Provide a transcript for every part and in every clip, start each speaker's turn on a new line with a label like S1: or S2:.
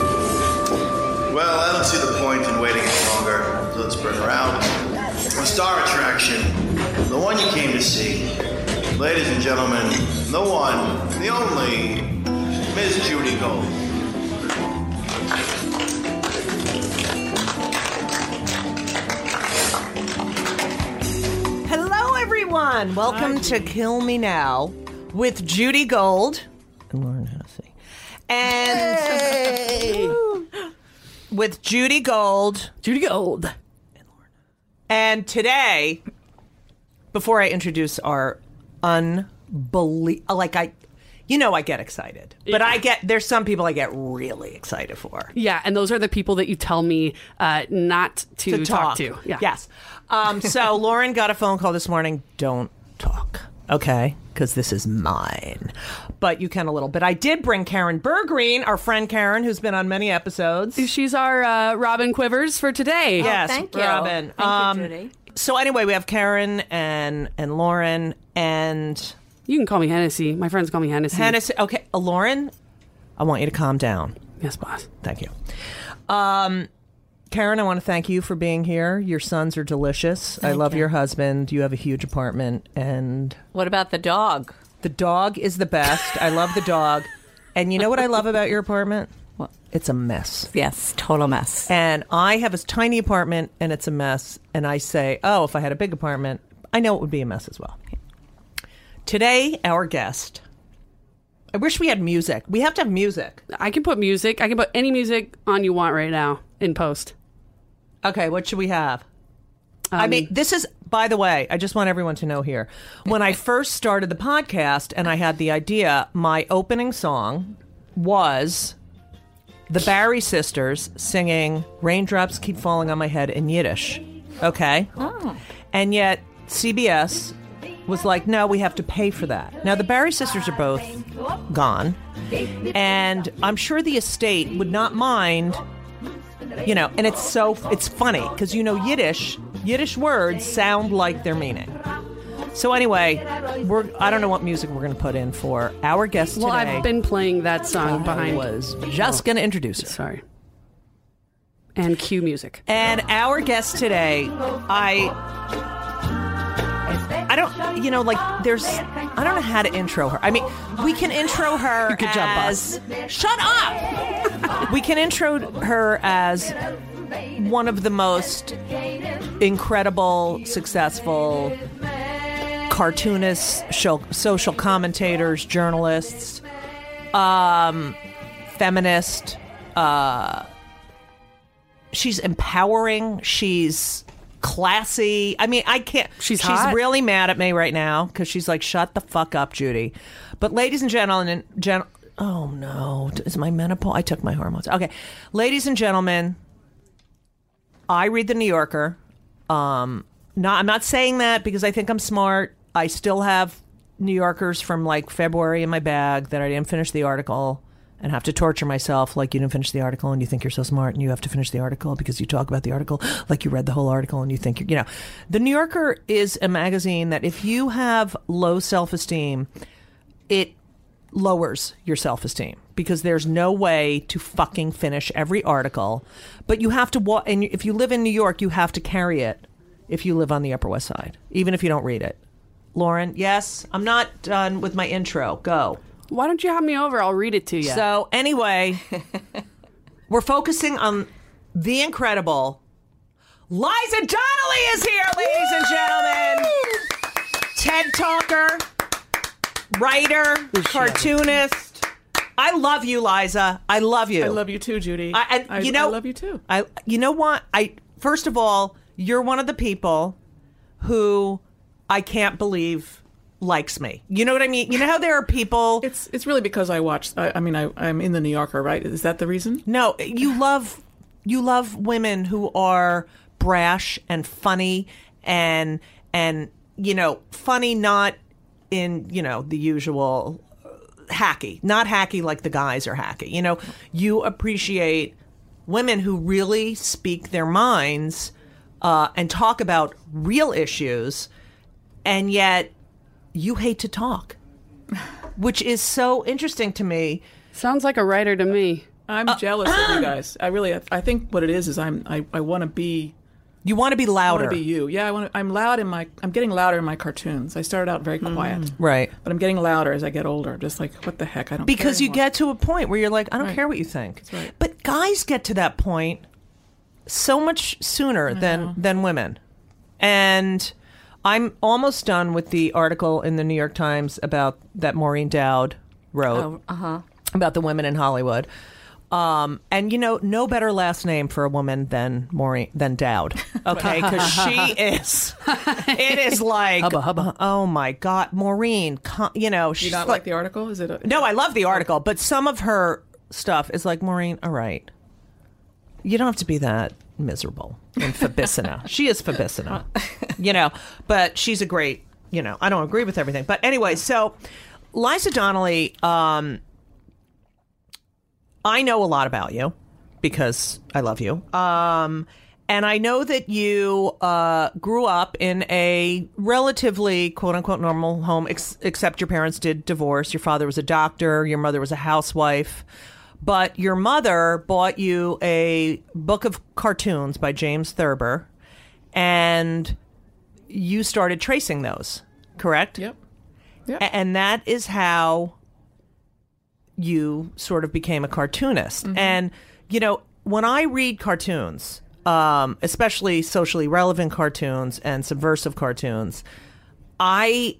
S1: Well, I don't see the point in waiting any longer, so let's bring her out. The star attraction, the one you came to see. Ladies and gentlemen, the one, the only, Miss Judy Gold.
S2: Hello, everyone. Welcome to Kill Me Now with Judy Gold and Lauren Hennessy. And Woo. with Judy Gold.
S3: Judy Gold.
S2: And today, before I introduce our unbelievable, like I, you know, I get excited, but I get, there's some people I get really excited for.
S3: Yeah, and those are the people that you tell me uh, not to,
S2: to talk,
S3: to. Yeah.
S2: Yes. Um, so Lauren got a phone call this morning. Don't talk. Okay. Because this is mine. But you can a little. But I did bring Karen Bergreen, our friend Karen, who's been on many episodes.
S3: She's our uh, Robin Quivers for today.
S2: yes.
S4: thank you.
S2: Robin.
S4: Thank you,
S2: um,
S4: Judy.
S2: So anyway, we have Karen and and Lauren and
S3: You can call me Hennessy. My friends call me Hennessy.
S2: Hennessy. Okay. uh, Lauren, I want you to calm down.
S3: Yes, boss.
S2: Thank you. Um, Karen, I want to thank you for being here. Your sons are delicious. I love your husband. You have a huge apartment, and
S4: What about the dog?
S2: the dog is the best. I love the dog. And you know what I love about your apartment?
S4: What?
S2: It's a mess.
S4: Yes, total mess.
S2: And I have a tiny apartment, and it's a mess. And I say, oh, if I had a big apartment, I know it would be a mess as well. Today, our guest. I wish we had music. We have to have music.
S3: I can put music. I can put any music on you want right now in post.
S2: Okay, what should we have? I mean, this is, by the way, I just want everyone to know here. When I first started the podcast and I had the idea, my opening song was the Barry sisters singing Raindrops Keep Falling on My Head in Yiddish. Okay?
S3: Oh.
S2: And yet, CBS was like, no, we have to pay for that. Now, the Barry sisters are both gone, and I'm sure the estate would not mind you know and it's so it's funny because you know yiddish yiddish words sound like their meaning so anyway we're i don't know what music we're going to put in for our guest
S3: Well,
S2: today
S3: I've been playing that song behind.
S2: was just going to introduce her
S3: Sorry. And cue music.
S2: and our guest today i i don't you know like there's i don't know how to intro her i mean we can intro her
S3: You could jump
S2: as shut up we can intro her as one of the most incredible successful cartoonists sho- social commentators journalists um feminist uh, she's empowering. She's classy. I mean, I can't.
S3: She's
S2: she's
S3: hot.
S2: really mad at me right now because she's like, "Shut the fuck up, Judy." But ladies and gentlemen, gen- oh no, is my menopause? I took my hormones. Okay, ladies and gentlemen, I read the New Yorker. Um, not I'm not saying that because I think I'm smart. I still have New Yorkers from like February in my bag that I didn't finish the article and have to torture myself like you didn't finish the article and you think you're so smart and you have to finish the article because you talk about the article like you read the whole article and you think you're you know. The New Yorker is a magazine that if you have low self-esteem, it lowers your self esteem because there's no way to fucking finish every article. But you have to, wa- and if you live in New York, you have to carry it if you live on the Upper West Side, even if you don't read it. Lauren, yes, I'm not done with my intro. Go.
S3: Why don't you have me over? I'll read it to you.
S2: So, anyway, we're focusing on the incredible Liza Donnelly is here, ladies and gentlemen. TED talker, writer, cartoonist. I love you, Liza. I love you.
S5: I love you too, Judy.
S2: I, and you know,
S5: I love you too.
S2: I, you know what? I first of all, you're one of the people who I can't believe likes me. You know what I mean? You know how there are people.
S5: It's it's really because I watch. I, I mean, I, I'm in the New Yorker, right? Is that the reason?
S2: No, you love you love women who are brash and funny and and you know, funny not in, you know, the usual uh, hacky. Not hacky like the guys are hacky. You know, you appreciate women who really speak their minds uh, and talk about real issues and yet you hate to talk. which is so interesting to me.
S3: Sounds like a writer to me.
S5: I'm
S2: Uh,
S5: jealous
S2: um.
S5: of you guys. I really, I think what it is is I'm, I, I want to be,
S2: You want to be
S5: I want
S2: louder,
S5: to be you. Yeah, I want to. I'm loud in my, I'm getting louder in my cartoons. I started out very quiet,
S2: Hmm. right?
S5: but I'm getting louder as I get older. Just like what the heck, I don't. care
S2: Because you
S5: anymore.
S2: get to a point where you're like, I don't care what you think.
S5: right.
S2: But guys get to that point so much sooner than than women. And I'm almost done with the article in the New York Times about that Maureen Dowd wrote
S5: Oh, uh-huh.
S2: about the women in Hollywood. Um, and you know, no better last name for a woman than Maureen than Dowd. Okay, because she is. It is like, oh my God, Maureen. co- You know, she's
S5: You not like the article? Is it? A,
S2: no, I love the article, but some of her stuff is like Maureen. All right, you don't have to be that miserable in Fabicina. she is Fabicina, you know. But she's a great. You know, I don't agree with everything, but anyway. So, Liza Donnelly, um, I know a lot about you because I love you. Um, and I know that you uh, grew up in a relatively quote unquote normal home, ex- except your parents did divorce. Your father was a doctor, your mother was a housewife. But your mother bought you a book of cartoons by James Thurber, and you started tracing those, correct?
S5: Yep.
S2: A- and that is how you sort of became a cartoonist. And you know, when I read cartoons, um, especially socially relevant cartoons and subversive cartoons, I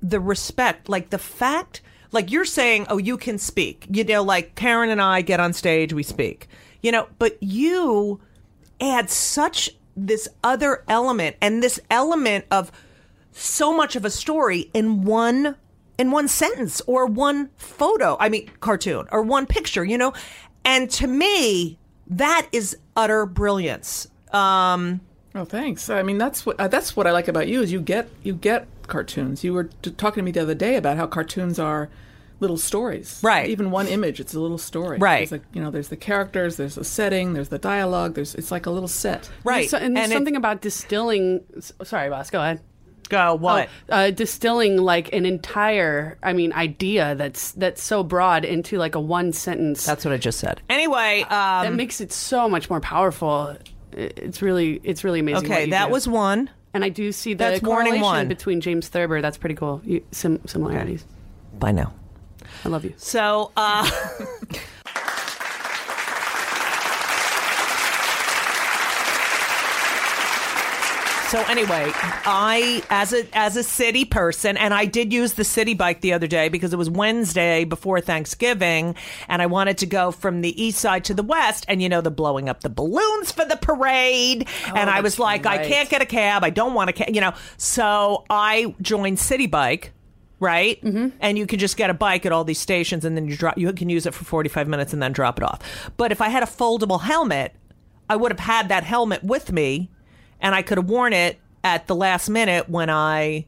S2: the respect, like the fact, like you're saying, oh, you can speak. You know, like Karen and I get on stage, we speak. You know, but you add such this other element and this element of so much of a story in one in one sentence or one photo i mean cartoon or one picture you know and to me that is utter brilliance um
S5: Oh, thanks. I mean, that's what uh, that's what I like about you is you get you get cartoons. You were t- talking to me the other day about how cartoons are little stories,
S2: Right.
S5: Even one image, it's a little story,
S2: Right.
S5: There's like, you know, there's the characters, there's the setting, there's the dialogue. There's it's like a little set,
S2: right
S3: So, and there's
S2: it-
S3: something about distilling. s- Sorry, boss. Go ahead.
S2: go what
S3: Oh, uh, distilling like an entire, I mean, idea that's that's so broad into like a one sentence.
S2: that's what i just said anyway um
S3: that makes it so much more powerful. I- It's really, it's really amazing. what
S2: okay
S3: you
S2: that
S3: do.
S2: was one
S3: and I do see the
S2: That's warning
S3: correlation
S2: one.
S3: between James Thurber. That's pretty cool. You, sim- similarities.
S2: by now
S3: I love you.
S2: so uh So anyway, I as a as a city person, and I did use the city bike the other day because it was Wednesday before Thanksgiving, and I wanted to go from the east side to the west, and you know the blowing up the balloons for the parade, and I was
S3: Oh,
S2: like,
S3: that's
S2: I
S3: right.
S2: can't get a cab, I don't want a cab, you know. So I joined City Bike. Right, mm-hmm. and you can just get a bike at all these stations, and then you drop. You can use it for forty-five minutes, and then drop it off. But if I had a foldable helmet, I would have had that helmet with me and I could have worn it at the last minute when I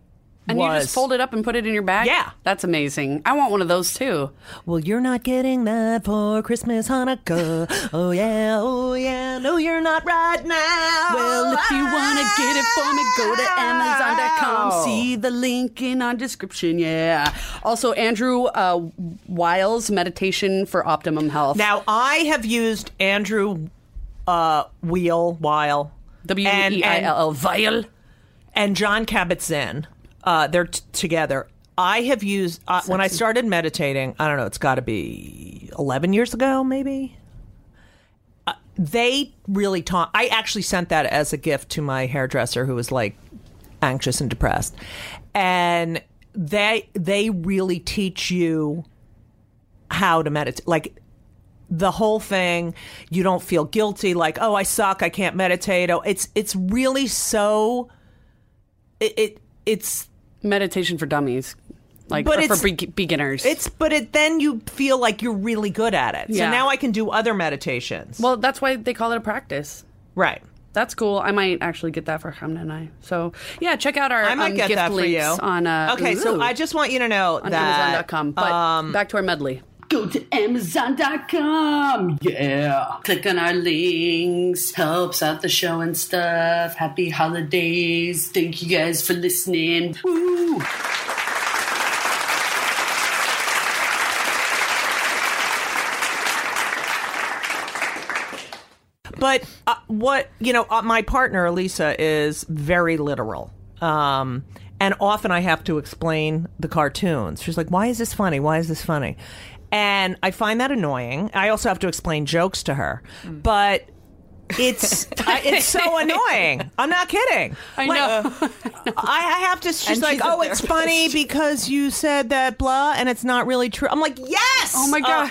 S3: And
S2: was.
S3: you just fold it up and put it in your bag.
S2: Yeah.
S3: that's amazing. I want one of those too.
S2: Well, you're not getting that for Christmas, Hanukkah. oh yeah, oh yeah. No, you're not right now.
S3: Well, if you want to get it for me, go to Amazon.com. See the link in our description. Yeah. Also, Andrew uh, Wiles' Meditation for Optimum Health.
S2: Now I have used Andrew uh, Wheel Weil
S3: W
S2: and-
S3: E I L L, Weil.
S2: and John Kabat Zinn, uh, they're t- together. I have used, uh, when I started meditating, I don't know, it's got to be 11 years ago, maybe. Uh, they really taught, I actually sent that as a gift to my hairdresser who was like anxious and depressed. And they they really teach you how to meditate. Like the whole thing, you don't feel guilty like, "Oh, I suck, I can't meditate." Oh, it's it's really so it, it it's
S3: Meditation for Dummies. Like,
S2: But
S3: or for
S2: it's-
S3: be- beginners.
S2: it's but it then you feel like you're really good at it. So
S3: Yeah.
S2: now I can do other meditations.
S3: Well, that's why they call it a practice.
S2: right.
S3: That's cool. I might actually get that for Hamna and I. So yeah, check out our
S2: I might
S3: um,
S2: get
S3: gift
S2: that for you.
S3: links on uh,
S2: okay, so
S3: ooh,
S2: I just want you to know
S3: on
S2: that
S3: Amazon.com. But
S2: um,
S3: back to our medley. Go to Amazon.com. Yeah. Click on our links. Helps out the show and stuff. Happy holidays. Thank you guys for listening. Woo!
S2: But uh, what you know, uh, my partner Elisa is very literal, um, and often I have to explain the cartoons. She's like, "Why is this funny? Why is this funny?" And I find that annoying. I also have to explain jokes to her, but. It's I, it's so annoying. I'm not kidding. I
S3: know.
S2: I, I have to. She's
S4: And
S2: like,
S4: she's a
S2: "Oh, it's
S4: therapist."
S2: funny because you said that blah, and it's not really true." I'm like, "Yes."
S3: Oh my
S2: Uh,
S3: god.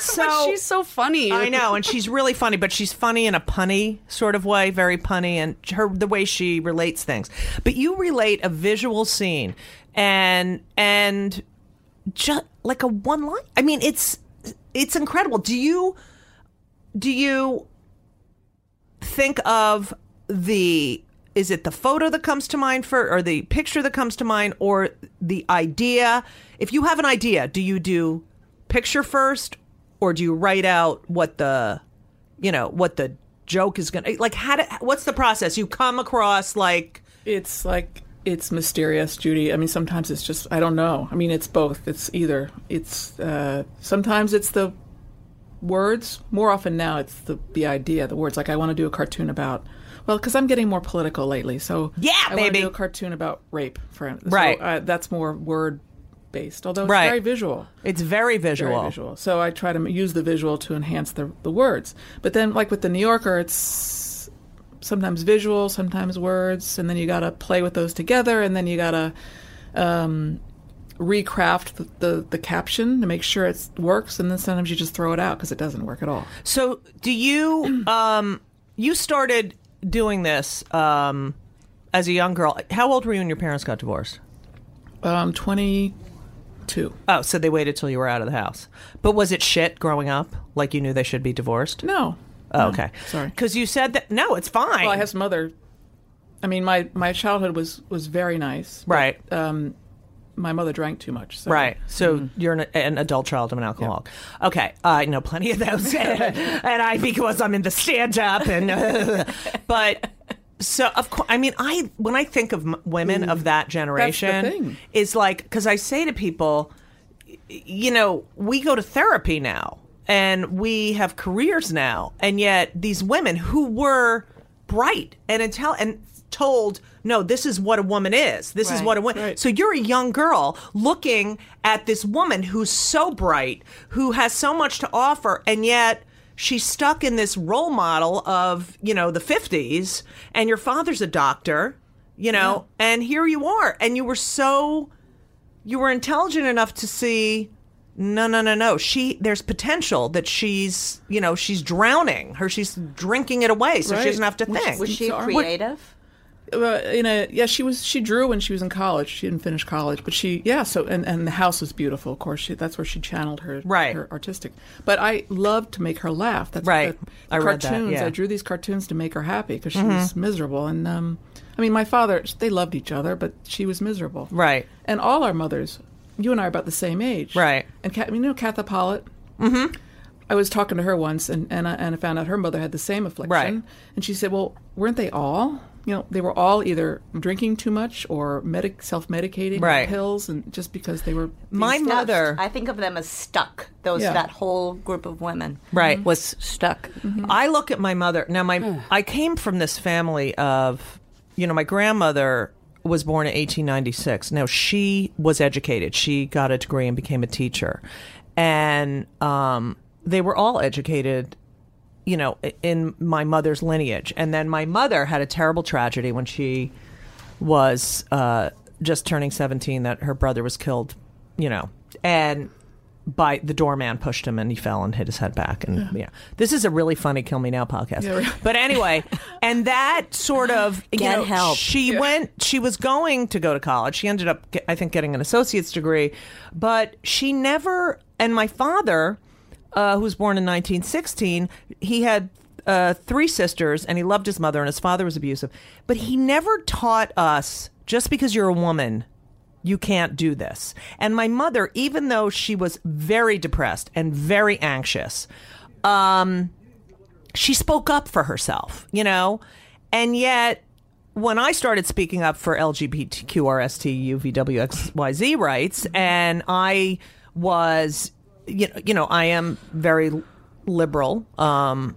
S2: so
S3: she's so funny.
S2: I know, and she's really funny, but she's funny in a punny sort of way, very punny, and her the way she relates things. But you relate a visual scene, and and just like a one line. I mean, it's it's incredible. Do you do you think of the is it the photo that comes to mind for or the picture that comes to mind or the idea if you have an idea do you do picture first or do you write out what the you know what the joke is gonna like how do, what's the process you come across like
S5: It's like it's mysterious, Judy. I mean, sometimes it's just I don't know. I mean, it's both. It's either. It's uh, sometimes it's the words. More often now, it's the the idea, the words. Like I want to do a cartoon about. Well, because I'm getting more political lately, so
S2: Yeah,
S5: I wanna
S2: baby.
S5: do a cartoon about rape, for so,
S2: Right.
S5: Uh, that's more word based, although it's
S2: Right.
S5: very visual.
S2: it's very visual,
S5: Very visual. So I try to m- use the visual to enhance the the words. But then, like with the New Yorker, it's sometimes visual, sometimes words, and then you got to play with those together, and then you got to um, recraft the, the the caption to make sure it works, and then sometimes you just throw it out because it doesn't work at all.
S2: so do you um you started doing this um as a young girl how old were you when your parents got divorced
S5: Um, Twenty two.
S2: Oh, so they waited till you were out of the house. But was it shit growing up? Like you knew they should be divorced?
S5: No,
S2: Oh, okay.
S5: sorry.
S2: Because you said that. No, it's fine.
S5: well, I have some other. I mean, my my childhood was was very nice. but,
S2: right.
S5: Um, my mother drank too much. So. mm-hmm.
S2: Right. So you're an, an adult child of an alcoholic. Okay. uh, I know plenty of those. and I, because I'm in the stand up and, but so of course, I mean, I, when I think of m- women of that generation
S5: Mm. thing.
S2: is like, cause I say to people, y- you know, we go to therapy now and we have careers now. And yet these women who were bright and intelligent and told, no, this is what a woman is. This is
S4: Right.
S2: what a woman.
S5: Right.
S2: So you're a young girl looking at this woman who's so bright, who has so much to offer, and yet she's stuck in this role model of, you know, the 50s, and your father's a doctor, you know, and here you are. And you were so, you were intelligent enough to see. No, no, no, no. She there's potential that she's, you know, she's drowning her. She's drinking it away, so
S5: Right.
S2: she doesn't have to
S5: Which-
S2: think.
S4: Was she
S5: Sorry.
S4: creative?
S5: uh, in a yeah she was she drew when she was in college she didn't finish college but she yeah so and, and the house was beautiful of course she, that's where she channeled her
S2: Right.
S5: her artistic but I loved to make her laugh that's
S2: Right.
S5: the, the
S2: I read
S5: cartoons
S2: that, yeah. Mm-hmm.
S5: I drew these cartoons to make her happy because she was miserable and um I mean my father they loved each other but she was miserable
S2: Right.
S5: and all our mothers you and I are about the same age
S2: Right.
S5: and Ca- you know Katha Pollitt mm-hmm I was talking to her once, and and I, and I found out her mother had the same affliction.
S2: Right.
S5: And she said, "Well, weren't they all? You know, they were all either drinking too much or medic self-medicating or
S2: Right.
S5: pills, and just because they were
S2: My
S4: Stuck.
S2: mother,
S4: I think of them as stuck. Those
S5: Yeah.
S4: that whole group of women.
S2: Right.
S4: Was stuck.
S2: Mm-hmm. I look at my mother now. My I came from this family of, you know, my grandmother was born in 1896. Now she was educated. She got a degree and became a teacher, and um, they were all educated. You know, i- in my mother's lineage, and then my mother had a terrible tragedy when she was uh, just turning 17 that her brother was killed, you know, and by the doorman pushed him and he fell and hit his head back. And yeah, this is a really funny Kill Me Now podcast. But anyway, and that sort of, you
S4: Get
S2: know,
S4: help.
S2: she went, she was going to go to college. She ended up, ge- I think, getting an associate's degree, but she never, and my father, uh, who was born in 1916, he had uh, three sisters and he loved his mother and his father was abusive. But he never taught us just because you're a woman, you can't do this. And my mother, even though she was very depressed and very anxious, um, she spoke up for herself, you know? And yet, when I started speaking up for LGBTQRSTUVWXYZ rights, and I was, you know, you know, I am very liberal, um,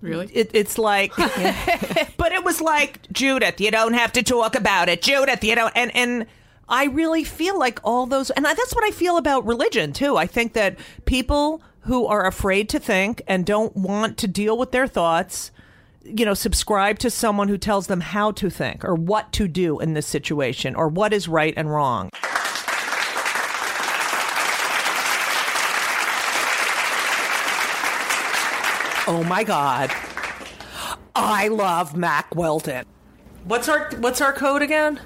S5: Really?
S2: It, it's like, but it was like Judith. You don't have to talk about it, Judith. You don't. And and I really feel like all those, and I, that's what I feel about religion too. I think that people who are afraid to think and don't want to deal with their thoughts, you know, subscribe to someone who tells them how to think or what to do in this situation or what is right and wrong. Oh my God. I love Mac Weldon. What's our what's our code again?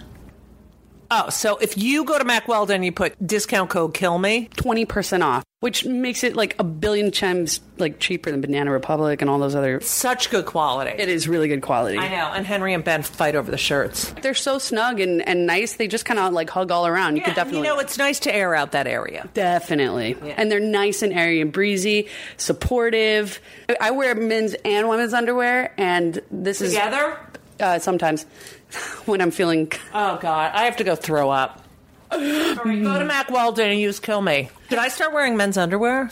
S2: Oh, so if you go to Mac Weldon, you put discount code kill me.
S3: 20% off, which makes it like a billion times like cheaper than Banana Republic and all those other.
S2: Such good quality.
S3: It is really good quality.
S2: I know. And Henry and Ben fight over the shirts.
S3: They're so snug and, and nice. They just kind of like hug all around. You could definitely.
S2: You know, it's nice to air out that area.
S3: Definitely. And they're nice and airy and breezy, supportive. I- I wear men's and women's underwear, and this
S2: Together?
S3: is uh, sometimes when I'm feeling.
S2: Oh God, I have to go throw up. All right, go to Mac Weldon and use kill me. Should I start wearing men's underwear?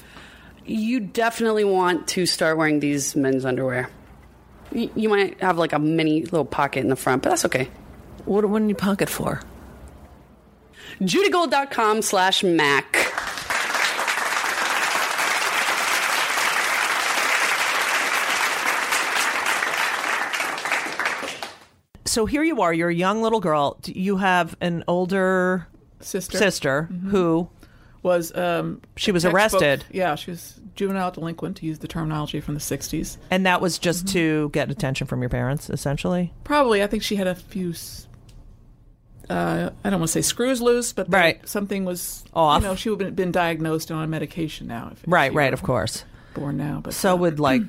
S3: You definitely want to start wearing these men's underwear. You, you might have like a mini little pocket in the front, but that's okay.
S2: What what do you pocket for?
S3: JudyGold.com slash Mac.
S2: So here you are, you're a young little girl. Do You have an older
S5: Sister.
S2: sister Mm-hmm. who
S5: was um
S2: She was
S5: textbook-
S2: arrested.
S5: Yeah, she was juvenile delinquent to use the terminology from the 60s.
S2: and that was just to get attention from your parents essentially.
S5: Probably I think she had a few s- uh, I don't want to say screws loose, but
S2: Right.
S5: something was
S2: Off.
S5: You know, she would have been diagnosed and on medication now. If, if
S2: Right,
S5: she
S2: right,
S5: were
S2: of course.
S5: Born now, but
S2: So
S5: uh,
S2: would like,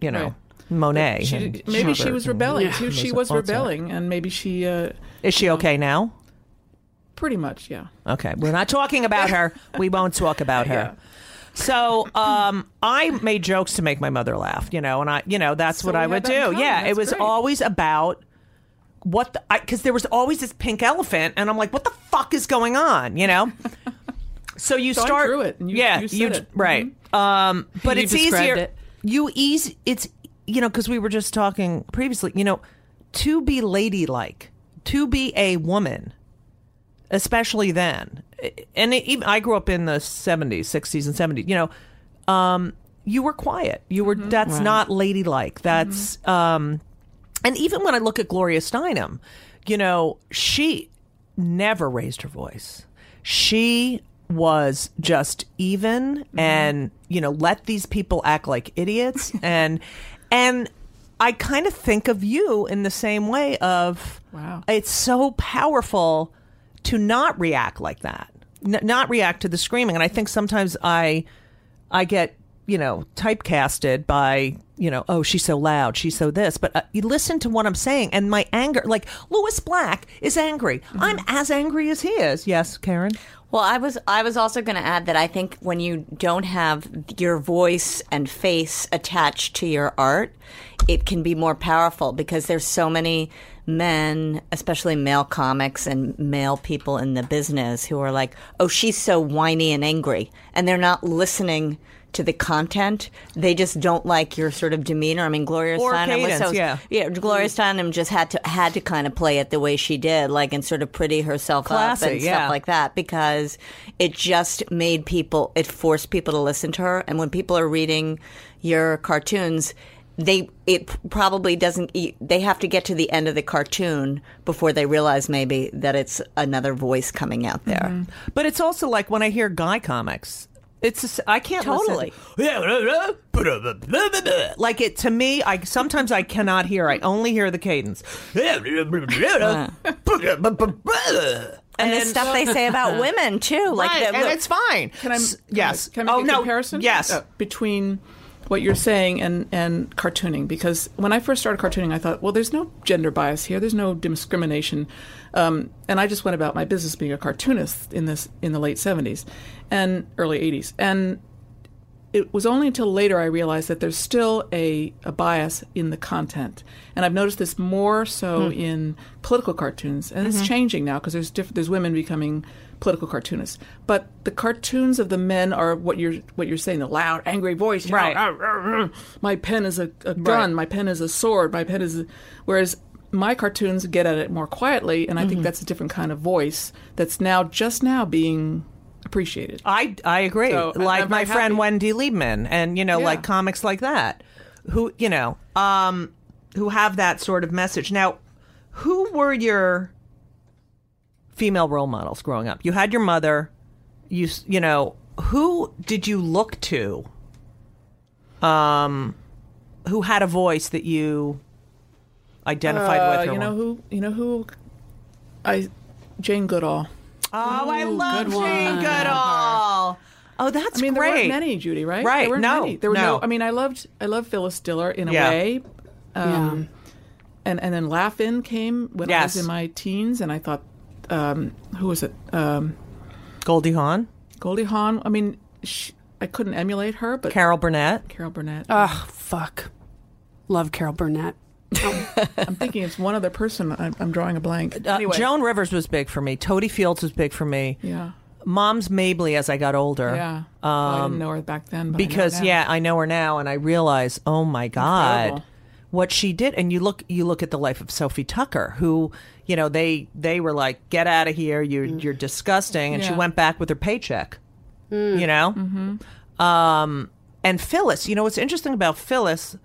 S2: you know,
S5: Right.
S2: Monet.
S5: she
S2: and
S5: did- maybe she
S2: Schubert
S5: was
S2: and-
S5: rebelling too. She was
S2: all sorts.
S5: rebelling, and maybe she uh,
S2: Is she okay now?
S5: pretty much yeah.
S2: Okay, we're not talking about her. We won't talk about her. So um, I made jokes to make my mother laugh, you know, and I, you know, that's
S5: So
S2: what
S5: we
S2: I
S5: had
S2: would
S5: that in
S2: do.
S5: common.
S2: Yeah, it
S5: That's
S2: was
S5: great.
S2: always about what the because there was always this pink elephant, and I'm like, what the fuck is going on, you know? So you
S5: So I
S2: start
S5: drew it, and you-
S2: yeah,
S5: you said
S2: d-
S5: it. Mm-hmm.
S2: right. Um, but
S3: You
S2: it's
S3: described
S2: easier.
S3: it.
S2: You ease. It's you know because we were just talking previously. You know, to be ladylike, to be a woman, especially then, and it, even, I grew up in the '70s, '60s, and '70s. You know, um, you were quiet. You were. That's not ladylike. That's um, and even when I look at Gloria Steinem, you know, she never raised her voice. She was just even and, you know, let these people act like idiots and and I kind of think of you in the same way of
S5: Wow.
S2: it's so powerful to not react like that. N- not react to the screaming and I think sometimes I I get you know typecasted by you know oh she's so loud she's so this but uh, you listen to what I'm saying and my anger like Lewis Black is angry I'm as angry as he is yes Karen
S4: Well, I was I was also going to add that I think when you don't have your voice and face attached to your art, it can be more powerful because there's so many men, especially male comics and male people in the business who are like, "Oh, she's so whiny and angry." And they're not listening to the content. They just don't like your sort of demeanor. I mean, Gloria
S2: Or
S4: Steinem was
S2: cadence,
S4: so
S2: yeah.
S4: yeah, Gloria Steinem just had to had to kind of play it the way she did, like and sort of pretty herself up
S2: Classy,
S4: and
S2: yeah.
S4: stuff like that, because it just made people, it forced people to listen to her. And when people are reading your cartoons, they it probably doesn't. e- They have to get to the end of the cartoon before they realize maybe that it's another voice coming out there.
S2: but it's also like when I hear guy comics it's just, I can't
S4: Totally.
S2: listen. like it to me I sometimes I cannot hear I only hear the cadence
S4: And, the stuff they say about women too, like
S2: Right,
S4: the,
S2: and it's fine
S5: Can I?
S2: S-
S5: can I-
S2: yes
S5: Can I make
S2: oh
S5: a
S2: no
S5: comparison?
S2: yes
S5: Uh, between what you're saying and and cartooning, because when I first started cartooning, I thought, well, there's no gender bias here, there's no discrimination, um, and I just went about my business being a cartoonist in this in the late '70s and early '80s, and it was only until later I realized that there's still a, a bias in the content, and I've noticed this more so in political cartoons, and it's changing now because there's diff- there's women becoming political cartoonists, but the cartoons of the men are what you're what you're saying the loud angry voice, you know,
S2: Right.
S5: "Arr, arr, arr. my pen is a, a gun, my pen is a sword, my pen is, a-" whereas my cartoons get at it more quietly, and I think that's a different kind of voice that's now just now being appreciated.
S2: I, I agree.
S5: So, and
S2: like
S5: I'm
S2: my
S5: very
S2: friend
S5: happy.
S2: Wendy Liebman and, you know,
S5: Yeah.
S2: like comics like that who, you know, um, who have that sort of message. Now, who were your female role models growing up? You had your mother, you, s- you know, who did you look to? Um, who had a voice that you identified
S5: Uh,
S2: with? or
S5: you know
S2: were-
S5: who? You know who? I Jane Goodall.
S2: Oh, I love
S3: good
S2: Jane
S3: one.
S2: Goodall. Oh, that's
S5: I mean,
S2: great.
S5: there weren't many, Judy. Right?
S2: Right,
S5: There weren't
S2: no,
S5: Many. There were no.
S2: no.
S5: I mean, I loved I loved Phyllis Diller in a
S2: Yeah.
S5: way. Um, And and then Laugh-In came when I
S2: Yes.
S5: was in my teens, and I thought, um, who was it? Um,
S2: Goldie Hawn,
S5: Goldie Hawn. I mean, sh I couldn't emulate her, but
S2: Carol Ah. Burnett.
S5: Carol Burnett.
S3: Oh, fuck. Love Carol Burnett. Oh,
S5: I'm thinking it's one other person. I'm, I'm drawing a blank.
S2: Uh,
S5: anyway,
S2: Joan Rivers was big for me. Toady Fields was big for me.
S5: Yeah.
S2: Mom's Mabley as I got older.
S5: Yeah. Well, I didn't know her back then, but I know her
S2: uh, um, Because
S5: now.
S2: yeah, I know her now, and I realize, oh my god,
S5: Incredible.
S2: what she did. And you look, you look at the life of Sophie Tucker, who, you know, they they were like, get out of here, you're you're disgusting, and she
S5: Mm. Yeah. Mm.
S2: went back with her paycheck. You know,
S5: Mm-hmm.
S2: um, and Phyllis. You know what's interesting about Phyllis?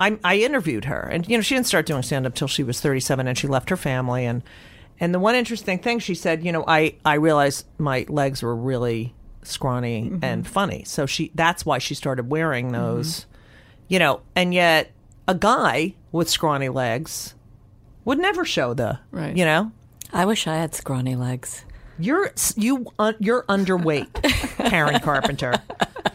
S2: I I interviewed her, and you know she didn't start doing stand up till she was thirty seven, and she left her family. and And the one interesting thing she said, you know, I I realized my legs were really scrawny and funny, so she that's why she started wearing those, you know. And yet, a guy with scrawny legs would never show the,
S5: Right.
S2: you know.
S4: I wish I had scrawny legs.
S2: You're you uh, you're underweight, Karen Carpenter.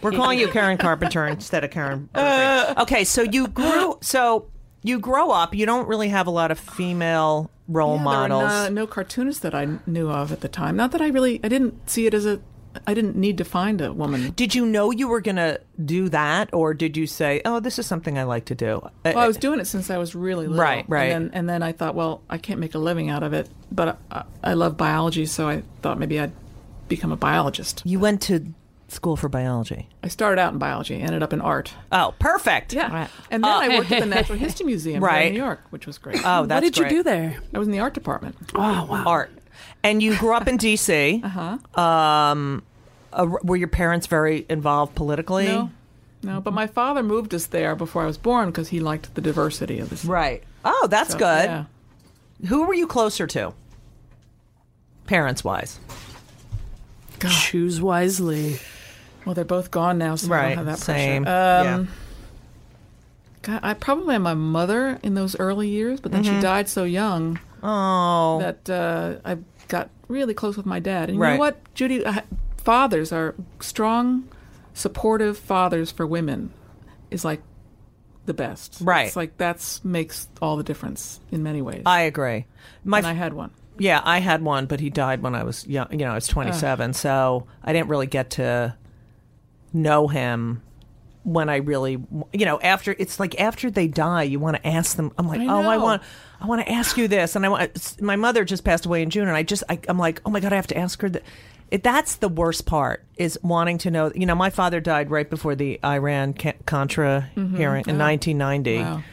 S2: We're calling you Karen Carpenter instead of Karen. Burbank. okay, so you grew so you grow up. You don't really have a lot of female role
S5: Yeah, there were
S2: models.
S5: no, no cartoonists that I kn- knew of at the time. Not that I really, I didn't see it as a, I didn't need to find a woman.
S2: Did you know you were gonna do that, or did you say, "Oh, this is something I like to do"? Uh,
S5: Well, I was doing it since I was really little.
S2: Right, right.
S5: And then, and then I thought, well, I can't make a living out of it, but I, I love biology, so I thought maybe I'd become a biologist.
S2: you went to school for biology.
S5: I started out in biology, ended up in art.
S2: Oh, perfect.
S5: Yeah. And then I worked at the Natural History Museum here
S2: Oh. Right.
S5: in New York, which was great.
S2: Oh, that's
S3: what did
S2: great.
S3: you do there?
S5: I was in the art department.
S3: Oh, wow.
S2: Art, and you grew up in D.C. uh-huh. Um, uh, were your parents very involved politically?
S5: No, no, but my father moved us there before I was born because he liked the diversity of this.
S2: Right. Oh, that's
S5: So,
S2: good.
S5: yeah.
S2: Who were you closer to? Parents wise.
S3: Choose wisely.
S5: Well, they're both gone now, so I don't have that pressure.
S2: Same.
S5: Um, God, I probably had my mother in those early years, but then she died so young
S2: yeah. Mm-hmm. Oh.
S5: that uh, I got really close with my dad. And you
S2: Right.
S5: know what, Judy? I- Fathers are strong, supportive fathers for women is like the best.
S2: Right.
S5: It's like that's makes all the difference in many ways.
S2: I agree. My
S5: and I had one.
S2: yeah, I had one, but he died when I was young. You know, I was
S5: Oh.
S2: twenty seven, so I didn't really get to know him when I really, you know, after it's like after they die, you want to ask them. I'm like,
S5: I
S2: oh, I
S5: know.
S2: want, I want to ask you this, and I want. it's- My mother just passed away in June, and I just, I, I'm like, oh my god, I have to ask her that. It, that's the worst part is wanting to know. You know, my father died right before the Iran ca- Contra hearing in 1990.
S5: Mm-hmm. Wow.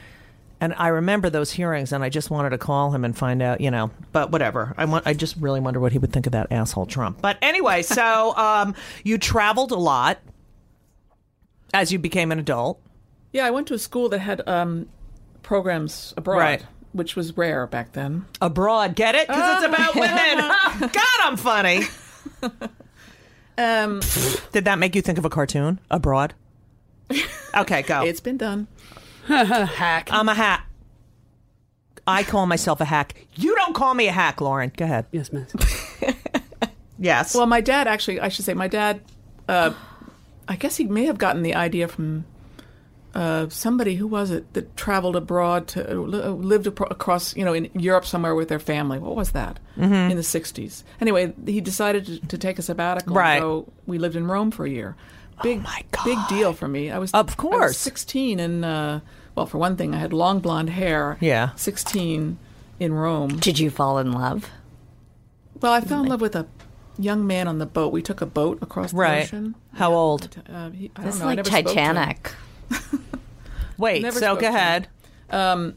S2: And I remember those hearings, and I just wanted to call him and find out, you know. But whatever, I want. I just really wonder what he would think of that asshole Trump. But anyway, so um, you traveled a lot as you became an adult.
S5: Yeah, I went to a school that had um, programs abroad,
S2: Right.
S5: which was rare back then.
S2: Abroad, get it? Because it's
S5: Oh.
S2: about women. God, I'm funny.
S5: Um,
S2: Did that make you think of a cartoon? Abroad. Okay, go.
S5: it's been done.
S3: Hack.
S2: I'm a hack. I call myself a hack. You don't call me a hack, Lauren. Go ahead.
S3: yes, miss.
S2: Yes.
S5: Well, my dad actually, I should say, my dad, uh, I guess he may have gotten the idea from uh, somebody who was it that traveled abroad to uh, li- uh, lived apro- across you know in Europe somewhere with their family. What was that
S2: Mm-hmm.
S5: in the '60s? Anyway, he decided to, to take a sabbatical.
S2: Right. Oh
S5: So we lived in Rome for a year. Big,
S2: my
S5: big deal for me. I was
S2: Of
S5: I was
S2: course.
S5: 16 and uh, well, for one thing, I had long blonde hair.
S2: Yeah.
S5: 16 in Rome.
S4: Did you fall in love?
S5: Well, I fell in love with a young man on the boat. We took a boat across the
S2: Right.
S5: ocean.
S2: How old?
S5: Uh, he, I
S4: It's
S5: don't know. I
S4: like
S5: never spoke to him.
S4: Titanic.
S2: Wait,
S5: Never
S2: so
S5: spoke to
S2: go
S5: him.
S2: ahead.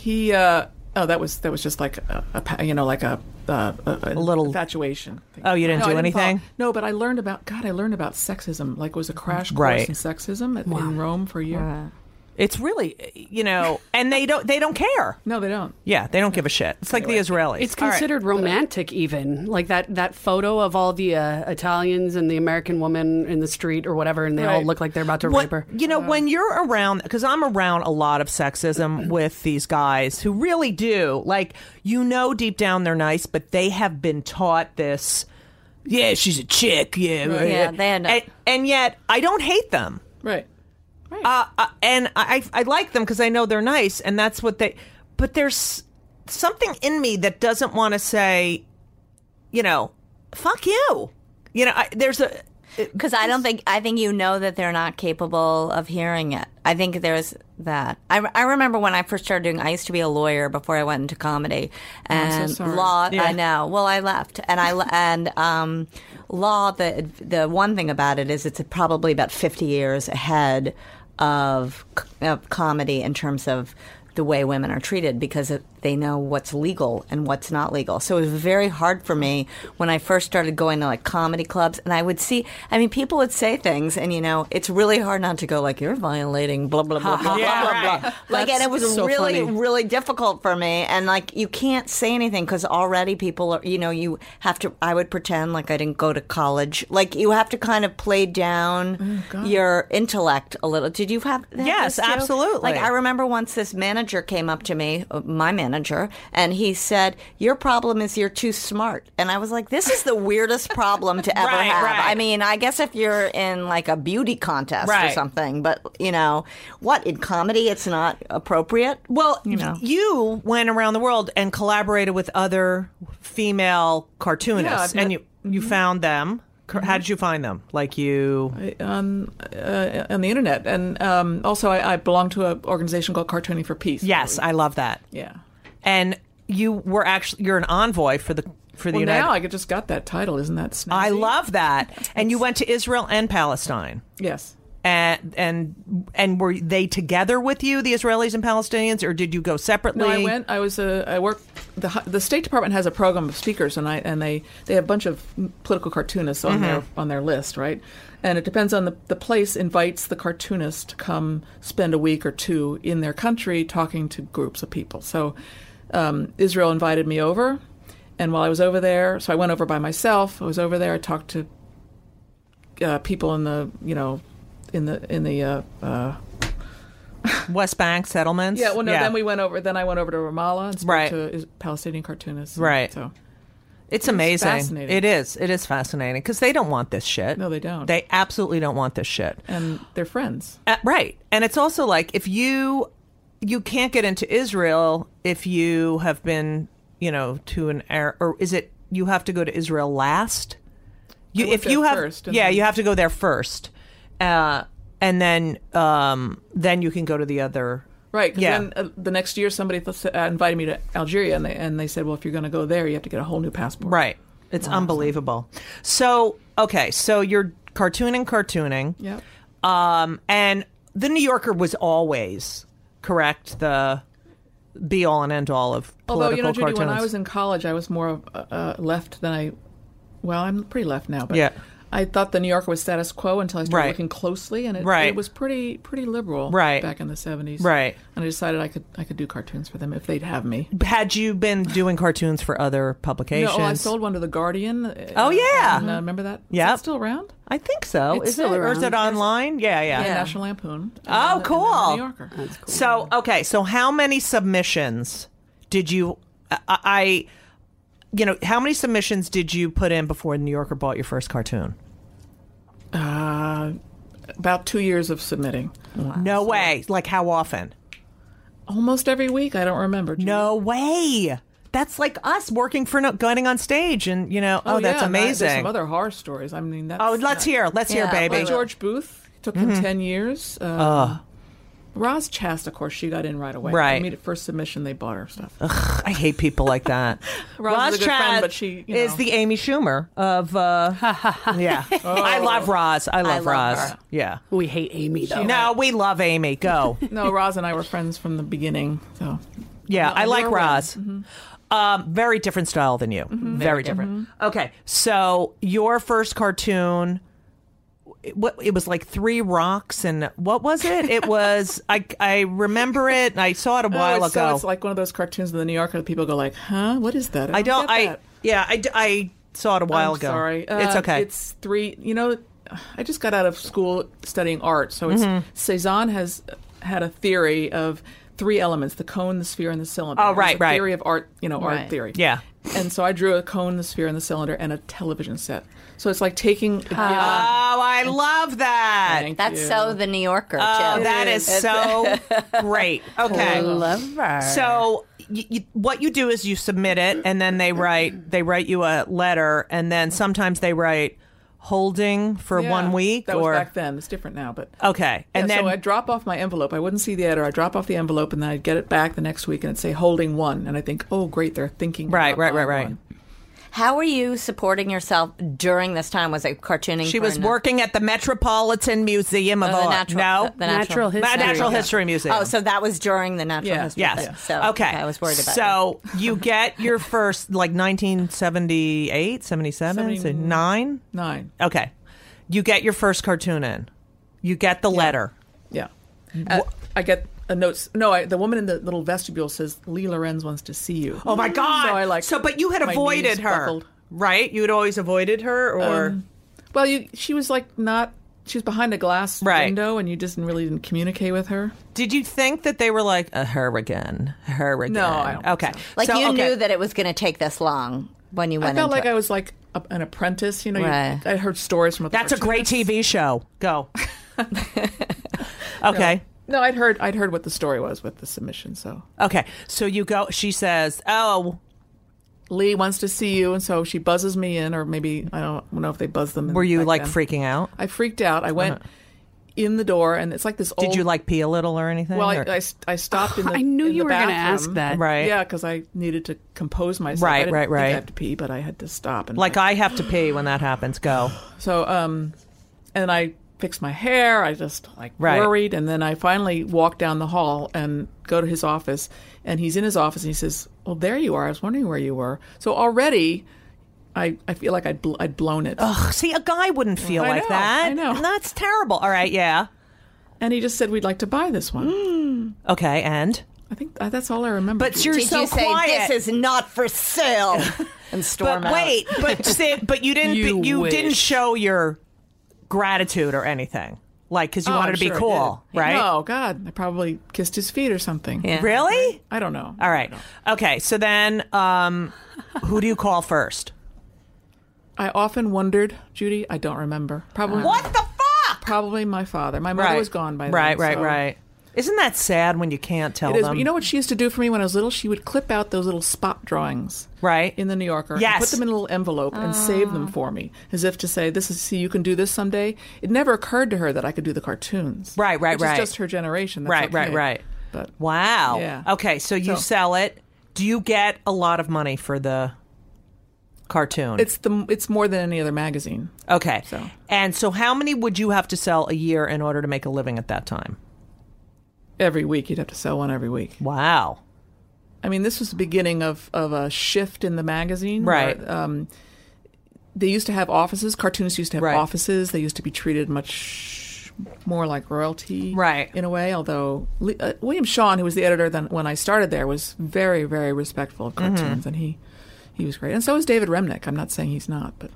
S5: He, uh, oh, that was that was just like a, a pa- you know, like a, uh, a, a
S2: little-
S5: infatuation. thing.
S2: Oh, you didn't
S5: No, I
S2: do anything?
S5: follow- no, but I learned about God. I learned about sexism. Like it was a crash course
S2: Right.
S5: in sexism at, in Rome for a year.
S2: It's really, you know, and they don't they don't care.
S5: No, they don't.
S2: Yeah, they don't give a shit. It's like the Israelis.
S3: It's
S2: All right.
S3: considered romantic, even like that that photo of all the uh, Italians and the American woman in the street or whatever, and they all
S5: Right.
S3: look like they're about to
S2: What-
S3: rape her.
S2: You know, when you're around, because I'm around a lot of sexism with these guys who really do, like, you know, deep down they're nice, but they have been taught this. Yeah, she's a chick. Yeah, right.
S4: Yeah, they end up-
S2: and, and yet I don't hate them,
S5: Right.
S2: uh, uh, and I I I like them because I know they're nice, and that's what they. But there's something in me that doesn't want to say, you know, fuck you. You know, I, there's a
S4: Because I don't think I think you know that they're not capable of hearing it. I think there's that. I, I remember when I first started doing. I used to be a lawyer before I went into comedy and
S5: sorry.
S4: law. I know. Well, I left and I le- and um, law. The the one thing about it is it's probably about fifty years ahead of, c- of comedy in terms of the way women are treated because it, they know what's legal and what's not legal. So it was very hard for me when I first started going to like comedy clubs and I would see, I mean, people would say things and you know, it's really hard not to go like, you're violating blah, blah, blah, blah,
S2: Yeah,
S4: blah,
S2: right.
S4: blah, blah. Like, and it was
S3: so
S4: really,
S3: funny.
S4: really difficult for me. And like, you can't say anything because already people are, you know, you have to, I would pretend like I didn't go to college. Like, you have to kind of play down your intellect a little. Did you have that?
S2: Oh, Yes,
S4: this too?
S2: absolutely.
S4: Like, I remember once this manager came up to me, uh, my manager, and he said, Your problem is you're too smart. And I was like, This is the weirdest problem to ever
S2: Right,
S4: have.
S2: right.
S4: I mean, I guess if you're in like a beauty contest
S2: Right.
S4: or something, but you know, what in comedy, it's not appropriate.
S2: Well, you,
S4: know.
S2: went around the world and collaborated with other female cartoonists,
S5: I've met- Mm-hmm.
S2: and you you found them. Cor- How did you find them? Like you,
S5: on uh, on the internet, and um, also I, I belong to an organization called Cartooning for Peace.
S2: yes, I love that.
S5: Yeah.
S2: And you were actually you're an envoy for the for the
S5: Well,
S2: United.
S5: now I just got that title. Isn't that snazzy?
S2: I love that. And you went to Israel and Palestine,
S5: Yes.
S2: and and and were they together with you, the Israelis and Palestinians, or did you go separately?
S5: No, I went. I was a. I worked. The, hu- the State Department has a program of speakers, and I and they they have a bunch of political cartoonists on their on their list, right? And it depends on the the place invites the cartoonist to come spend a week or two in their country talking to groups of people. So um, Israel invited me over, and while I was over there, so I went over by myself. I was over there. I talked to uh, people in the you know in the in the uh, uh,
S2: West Bank settlements.
S5: yeah, well, no. Then we went over. Then I went over to Ramallah and spoke
S2: Right.
S5: to is- Palestinian cartoonists.
S2: Right.
S5: So
S2: It's amazing.
S5: fascinating.
S2: It is. It is fascinating because they don't want this shit.
S5: No, they don't.
S2: They absolutely don't want this shit.
S5: and they're friends.
S2: Uh, right. And it's also like if you you can't get into Israel if you have been, you know, to an air or is it you have to go to Israel last? You
S5: went
S2: if
S5: there
S2: you have
S5: first and
S2: yeah,
S5: then-
S2: you have to go there first. Uh and then um then you can go to the other
S5: Right. 'cause
S2: Yeah.
S5: Then, uh, the next year, somebody th- uh, invited me to Algeria, and they and they said, well, if you're going to go there, you have to get a whole new passport.
S2: Right. It's unbelievable. So, okay, so you're cartooning, cartooning.
S5: Yep.
S2: Um, and the New Yorker was always correct the be all and end all of political
S5: Although you know, Judy,
S2: cartoons.
S5: when I was in college, I was more of, uh, uh, left than I. Well, I'm pretty left now, but
S2: Yeah.
S5: I thought the New Yorker was status quo until I started
S2: Right.
S5: looking closely, and it,
S2: Right.
S5: it was pretty pretty liberal
S2: Right.
S5: back in the 70s.
S2: Right.
S5: And I decided I could I could do cartoons for them if they'd have me.
S2: Had you been doing cartoons for other publications?
S5: No, oh, I sold one to the Guardian. uh,
S2: Oh, yeah.
S5: and, uh, remember that? Is
S2: Yep.
S5: that still around?
S2: I think so.
S3: It's
S2: is it
S3: still
S2: or is it
S3: around.
S2: online? Yeah, yeah.
S5: And National Lampoon. and
S2: Oh,
S5: then the- and then the
S2: cool.
S5: New Yorker.
S2: So okay, so how many submissions did you? I, I, you know, how many submissions did you put in before the New Yorker bought your first cartoon?
S5: about two years of submitting.
S2: No way. Like how often?
S5: Almost every week. I don't remember.
S2: No way. That's like us working for no, going on stage and you know. Oh, that's
S5: yeah, and I- there's
S2: amazing.
S5: some other horror stories. I mean, that's
S2: oh, let's hear. Let's
S4: Yeah,
S2: hear, baby. Mm-hmm.
S4: well,
S5: George Booth took him ten years. Uh, Roz Chast, of course, she got in right away.
S2: Right.
S5: immediate first submission, they bought her stuff.
S2: I hate people like that.
S5: Roz is a good friend,
S2: Chad
S5: but she, you
S2: is
S5: know. Oh.
S2: the Amy Schumer of. Uh, yeah, I love Roz. I love,
S4: love
S2: Roz.
S4: her.
S2: Yeah.
S3: We hate Amy though.
S2: No, we love Amy. Go.
S5: No, Roz and I were friends from the beginning. So
S2: Yeah, I
S5: and
S2: like
S5: you're a
S2: Roz.
S5: Mm-hmm.
S2: Um, very different style than you. Very different. Okay, so your first cartoon, it, what it was like three rocks and what was it? It was I I remember it. and I saw it a while
S5: Oh, it's-
S2: ago.
S5: So it's like one of those cartoons in the New Yorker that people go like, "Huh? What is that?"
S2: I don't.
S5: get
S2: I
S5: that."
S2: yeah. I, d- I saw it a while
S5: I'm
S2: ago.
S5: Sorry,
S2: it's
S5: Uh,
S2: okay.
S5: It's three. You know, I just got out of school studying art, so it's
S2: Mm-hmm.
S5: Cezanne has had a theory of three elements: the cone, the sphere, and the cylinder.
S2: Oh,
S5: It was
S2: right,
S5: a
S2: right.
S5: Theory of art. You know, art
S3: Right.
S5: theory.
S2: yeah.
S5: And so I drew a cone, the sphere, and the cylinder, and a television set. So it's like taking. a given-
S2: Oh, I love that.
S5: Thank
S4: That's
S5: you.
S4: so the New Yorker.
S2: Oh,
S4: Jill.
S2: that is so great. Okay.
S3: Clever.
S2: So y y what you do is you submit it, and then they write they write you a letter, and then sometimes they write holding for
S5: Yeah.
S2: one week
S5: That
S2: or
S5: was back then. It's different now, but
S2: okay, and
S5: Yeah,
S2: then
S5: so I'd drop off my envelope. I wouldn't see the editor. I'd drop off the envelope and then I'd get it back the next week and it'd say holding one. And I think, oh, great, they're thinking.
S2: Right,
S5: about
S2: right, right, right.
S5: buying one.
S4: How were you supporting yourself during this time? Was it cartooning?
S2: she
S4: for
S2: was
S4: another-
S2: working at the Metropolitan Museum of
S4: Oh, the
S2: Art.
S4: natural,
S2: no,
S4: the, the
S3: Natural
S4: natural,
S3: history.
S2: Ma- Natural
S4: Yeah.
S2: History Museum.
S4: Oh, so that was during the natural
S5: Yeah.
S4: history.
S2: Yes.
S4: Museum. So
S2: okay.
S4: I was worried about. that.
S2: So you get your first like 1978, 77, so
S5: Seventy-
S2: nine.
S5: Nine.
S2: Okay. You get your first cartoon in. You get the letter.
S5: Yeah. Uh, I get a note. No, I, the woman in the little vestibule says, Lee Lorenz wants to see you.
S2: Oh my god.
S5: So I like.
S2: So but you had
S5: my knees
S2: avoided her.
S5: buckled. Um,
S2: Right? You had always avoided her or
S5: Well, you, she was like not. She was behind a glass
S2: Right.
S5: window and you just didn't really didn't communicate with her.
S2: did you think that they were like uh, her again? Her again.
S5: I don't think
S2: Okay.
S5: so.
S4: like
S2: So,
S4: you
S2: okay.
S4: knew that it was going to take this long when you went
S5: I felt
S4: into
S5: like
S4: it.
S5: I was like a, an apprentice. You know, you-
S4: Right.
S5: I heard stories from.
S2: That's a great TV show. Go. okay.
S5: No, I'd heard I'd heard what the story was with the submission. So
S2: Okay. So you go she says, "Oh,
S5: Lee wants to see you, and so she buzzes me in, or maybe I don't know if they buzz them. in
S2: were you
S5: back
S2: like
S5: then.
S2: freaking out?
S5: I freaked out. I went in the door, and it's like this.
S2: Did
S5: old,
S2: you like pee a little or anything?"
S5: Well, I,
S2: or-
S5: I, I stopped in the.
S3: I knew
S5: in
S3: you
S5: the
S3: were going to
S5: bathroom.
S3: ask that.
S2: Right.
S5: Yeah, because I needed to compose myself.
S2: Right,
S5: I didn't
S2: right,
S5: think
S2: right.
S5: I had to pee, but I had to stop. And
S2: like I have to pee when that happens. Go.
S5: So, um, and I fixed my hair. I just like
S2: Right.
S5: worried, and then I finally walk down the hall and go to his office, and he's in his office, and he says, "Well, there you are. I was wondering where you were." So already, I, I feel like I'd bl- I'd blown it,
S2: Ugh, see, a guy wouldn't feel
S5: I
S2: like
S5: know,
S2: that.
S5: I know.
S2: That's terrible. All right, yeah.
S5: and he just said, "We'd like to buy this one."
S2: Okay, and
S5: I think th- that's all I
S2: Mm.
S5: remember. Oh,
S2: but you're
S4: Did
S2: so
S4: you say
S2: quiet.
S4: this is not for sale? and storm
S2: but
S4: out.
S2: wait, but say, but you didn't
S3: You
S2: but you didn't
S3: wish.
S2: show your gratitude or anything, like because you
S5: Oh,
S2: wanted
S5: I'm
S2: to be
S5: sure I
S2: cool,
S5: did.
S2: right?
S5: Oh God, I probably kissed his feet or something.
S4: Yeah.
S2: Really?
S5: I don't know.
S2: All right. Okay. So then, um, who do you call first?
S5: I often wondered, Judy. I don't remember. Probably
S2: Uh, What the fuck?
S5: Probably my father. My mother Uh-huh. was gone by then.
S2: Right. Right.
S5: so-
S2: Right. Isn't that sad when you can't tell
S5: It is.
S2: them?
S5: But you know what she used to do for me when I was little? She would clip out those little spot drawings.
S2: Right.
S5: In the New Yorker. and
S2: Yes. Ah.
S5: put them in a little envelope and save them for me as if to say, this is, see, you can do this someday. It never occurred to her that I could do the cartoons.
S2: Right, right,
S5: which is
S2: right.
S5: just her generation. That's
S2: Right, right,
S5: okay.
S2: right.
S5: But
S2: Wow.
S5: Yeah.
S2: Okay, so you
S5: So-
S2: sell it. Do you get a lot of money for the cartoon?
S5: it's the it's more than any other magazine.
S2: okay.
S5: so.
S2: And so how many would you have to sell a year in order to make a living at that time?
S5: Every week you'd have to sell one every week.
S2: Wow.
S5: I mean, this was the beginning of, of a shift in the magazine.
S2: Right.
S5: where,
S4: uh,
S5: um, they used to have offices. Cartoonists used to have
S2: Right.
S5: offices. They used to be treated much more like royalty,
S2: Right.
S5: In a way, although Le- uh, William Shawn, who was the editor then when I started there, was very, very respectful of cartoons, and he he was great. And so was David Remnick. I'm not saying he's not, but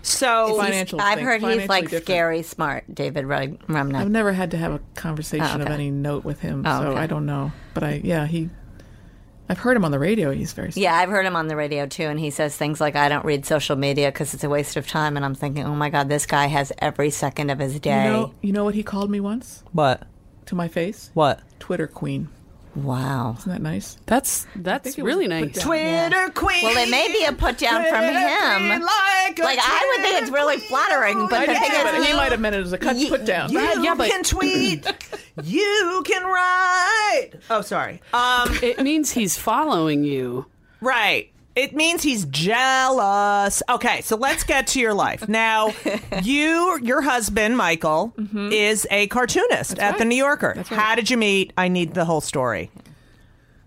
S2: So
S5: It's financial
S4: I've
S5: thing-
S4: heard he's
S5: financially
S4: like
S5: different.
S4: scary smart, David Re-
S5: I've
S4: Remnick.
S5: never had to have a conversation
S4: Oh,
S5: of
S4: okay.
S5: any note with him,
S4: Oh,
S5: so
S4: okay.
S5: I don't know. But I, yeah, he I've heard him on the radio. He's very
S4: Yeah, I've heard him on the radio too, and he says things like, I don't read social media because it's a waste of time. And I'm thinking, oh my God, this guy has every second of his day.
S5: You know, you know what he called me once
S2: What?
S5: to my face?
S2: What?
S5: Twitter queen.
S4: wow.
S5: Isn't that nice?
S3: That's that's
S5: it
S3: really
S5: was put
S3: nice.
S5: down.
S2: Twitter queen.
S4: Well, it may be a put down from
S2: Twitter
S4: him.
S2: queen Like, a
S4: Like, I would think it's really flattering, but
S5: I
S4: the
S5: did too,
S4: thing
S5: but
S4: is,
S5: he might have meant it as a cut,
S2: Ye-
S5: put down.
S2: You
S3: yeah, but-
S2: can tweet. you can write. Oh, sorry. Um,
S3: It means he's following you.
S2: right. It means he's jealous. Okay, so let's get to your life now. You, your husband Michael,
S5: Mm-hmm.
S2: is a cartoonist at the New Yorker. How did you meet? I need the whole story.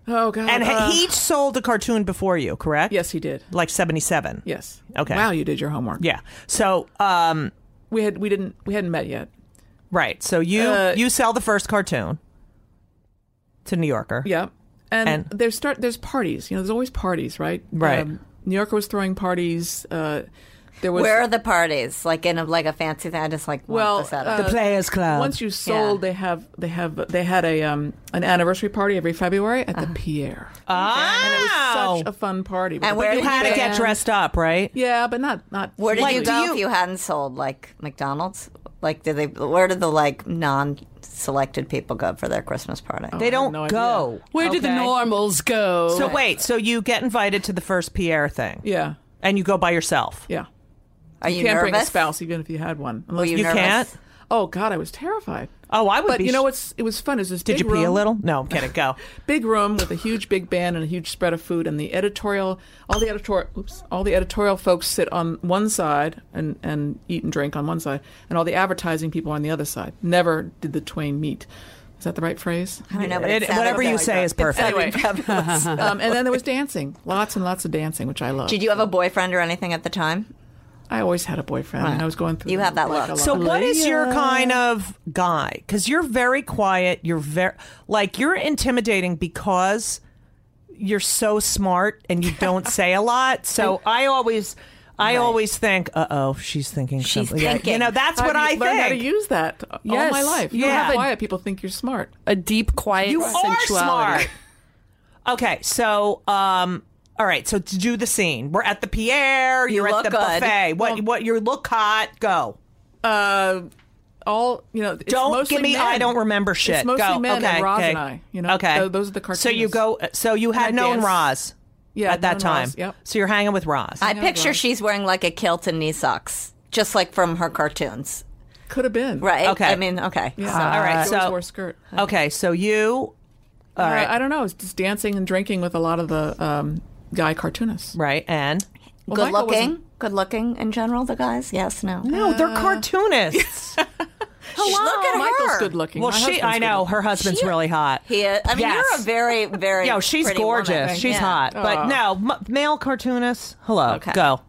S5: Oh God.
S2: And
S5: uh,
S2: he sold a cartoon before you, correct?
S5: Yes, he did.
S2: Like seventy-seven.
S5: Yes.
S2: Okay.
S5: Wow, you did your homework.
S2: Yeah. So, um,
S5: We had we didn't we hadn't met yet.
S2: right. So you
S5: Uh,
S2: you sell the first cartoon to New Yorker.
S5: Yeah. And,
S2: And-
S5: there's start there's parties. You know, there's always parties, right? Um,
S2: Right.
S5: New Yorker was throwing parties. Uh, there was
S4: where are the parties? Like in a, like a fancy thing? I just like, want
S5: Well,
S4: the setup.
S5: uh, The
S2: Players Club.
S5: once you sold,
S4: Yeah.
S5: they have they have they had a um an anniversary party every February at the Pierre. And it was
S2: Oh.
S5: such a fun party.
S4: Uh-huh. And
S5: But
S4: where
S5: you
S2: you
S4: did
S2: had to get
S5: band-
S2: dressed up, right?
S5: Yeah, but not not.
S4: Where did
S2: Like,
S4: you
S2: do
S4: go
S2: you-
S4: if you hadn't sold like McDonald's? Like, did they? Where did the like non-selected people go for their Christmas party?
S2: They don't
S5: no idea.
S2: go.
S3: Where did the
S2: okay?
S3: normals go?
S2: So wait, so you get invited to the first Pierre thing,
S5: Yeah,
S2: and you go by yourself.
S5: yeah.
S4: Are you,
S5: can't
S4: nervous?
S5: bring a spouse even if you had one. Unless
S4: you
S2: You
S4: nervous?
S2: can't.
S5: Oh God, I was terrified.
S2: Oh, I would.
S5: But
S2: be
S5: you
S2: sh-
S5: know what's? It was fun. Is this
S2: Did
S5: big
S2: you pee a
S5: room-
S2: little? No, I'm kidding. Go.
S5: Big room with a huge big band and a huge spread of food, and the editorial, all the editorial, oops, all the editorial folks sit on one side and and eat and drink on one side, and all the advertising people on the other side. Never did the twain meet. Is that the right phrase?
S4: I don't know. But it
S2: It-
S4: sounded
S2: whatever you
S4: like
S2: say
S4: that.
S2: is perfect.
S5: Anyway, um, and then there was dancing, lots and lots of dancing, which I love.
S4: Did you have a boyfriend or anything at the time?
S5: I always had a boyfriend, and I was going through.
S4: You have that
S5: like
S4: look.
S5: a
S2: So
S5: lot.
S2: what is your kind of guy? Because you're very quiet. You're very like you're intimidating because you're so smart and you don't say a lot. So I always, I always think, uh oh, she's thinking.
S4: She's
S2: something. You
S4: thinking.
S2: know, that's what
S5: I've
S2: I
S5: learned how to
S2: think.
S5: use that all
S3: Yes,
S5: my life.
S2: you
S5: You
S2: have
S5: have
S2: a-
S5: quiet people think you're smart.
S3: a deep, quiet
S2: You are
S3: sensuality.
S2: smart. Okay, so um, all right, so to do the scene, we're at the Pierre. You're
S4: look
S2: at the
S4: good.
S2: buffet. What? what? You look hot. Go.
S5: uh, all you know. It's
S2: Don't
S5: mostly
S2: give me.
S5: men.
S2: I don't remember shit.
S5: It's mostly
S2: go.
S5: men
S2: okay,
S5: and Roz
S2: okay.
S5: and I. You know,
S2: Okay,
S5: Tho- those are the cartoons.
S2: So you go. So you had
S5: I
S2: known
S5: dance.
S2: Roz.
S5: Yeah,
S2: at that
S5: known
S2: time.
S5: Roz, yep.
S2: So you're hanging with Roz.
S4: I picture she's wearing like a kilt and knee socks, just like from her cartoons,
S5: Could have been
S4: right?
S2: Okay.
S4: I mean, okay.
S5: Yeah.
S4: So-
S2: all right,
S5: She always
S2: so-
S5: wore a skirt.
S2: okay, so you. All
S5: Uh,
S2: right,
S5: I don't know. It's just dancing and drinking with a lot of the um, guy cartoonists.
S2: right, and
S5: Well,
S4: good
S5: Michael
S4: looking,
S5: wasn't-
S4: good looking in general. The guys, yes, no.
S2: no, they're
S5: Uh,
S2: cartoonists. Hello,
S4: Look at
S5: Oh, Michael's
S4: her.
S5: good looking.
S2: Well,
S5: My
S2: she.
S5: husband's
S2: I know
S5: good looking.
S2: her husband's
S4: She-
S2: really hot.
S4: He is, I mean,
S2: Yes.
S4: you're a very, very.
S2: Yo, she's
S4: pretty woman.
S2: gorgeous. She's
S4: Yeah.
S2: hot.
S5: Oh.
S2: But no, m- male cartoonists. Hello,
S4: Okay.
S2: go.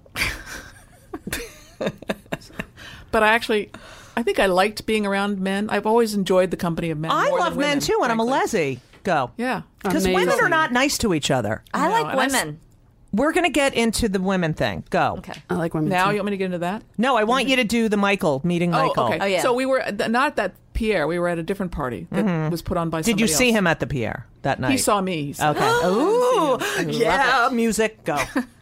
S5: But I actually, I think I liked being around men. I've always enjoyed the company of men.
S2: I
S5: more
S2: love
S5: than
S2: men
S5: women,
S2: too, and I'm a
S5: frankly.
S2: lessee. Go.
S5: Yeah,
S2: Because women are
S3: Amazing.
S2: not nice to each other.
S4: I like
S5: and I s-
S4: women.
S2: We're going to get into the women thing. Go.
S4: okay.
S3: I like women.
S5: Now
S3: too.
S5: you want me to get into that?
S2: No, I want you to do the Michael meeting. Michael.
S5: Oh, okay.
S4: Oh, yeah.
S5: So we were th- not that Pierre. We were at a different party that was put on by.
S2: Mm-hmm. Did you see him at the Pierre that night?
S5: He saw me. He saw
S2: Okay. Ooh, yeah. Music. Go.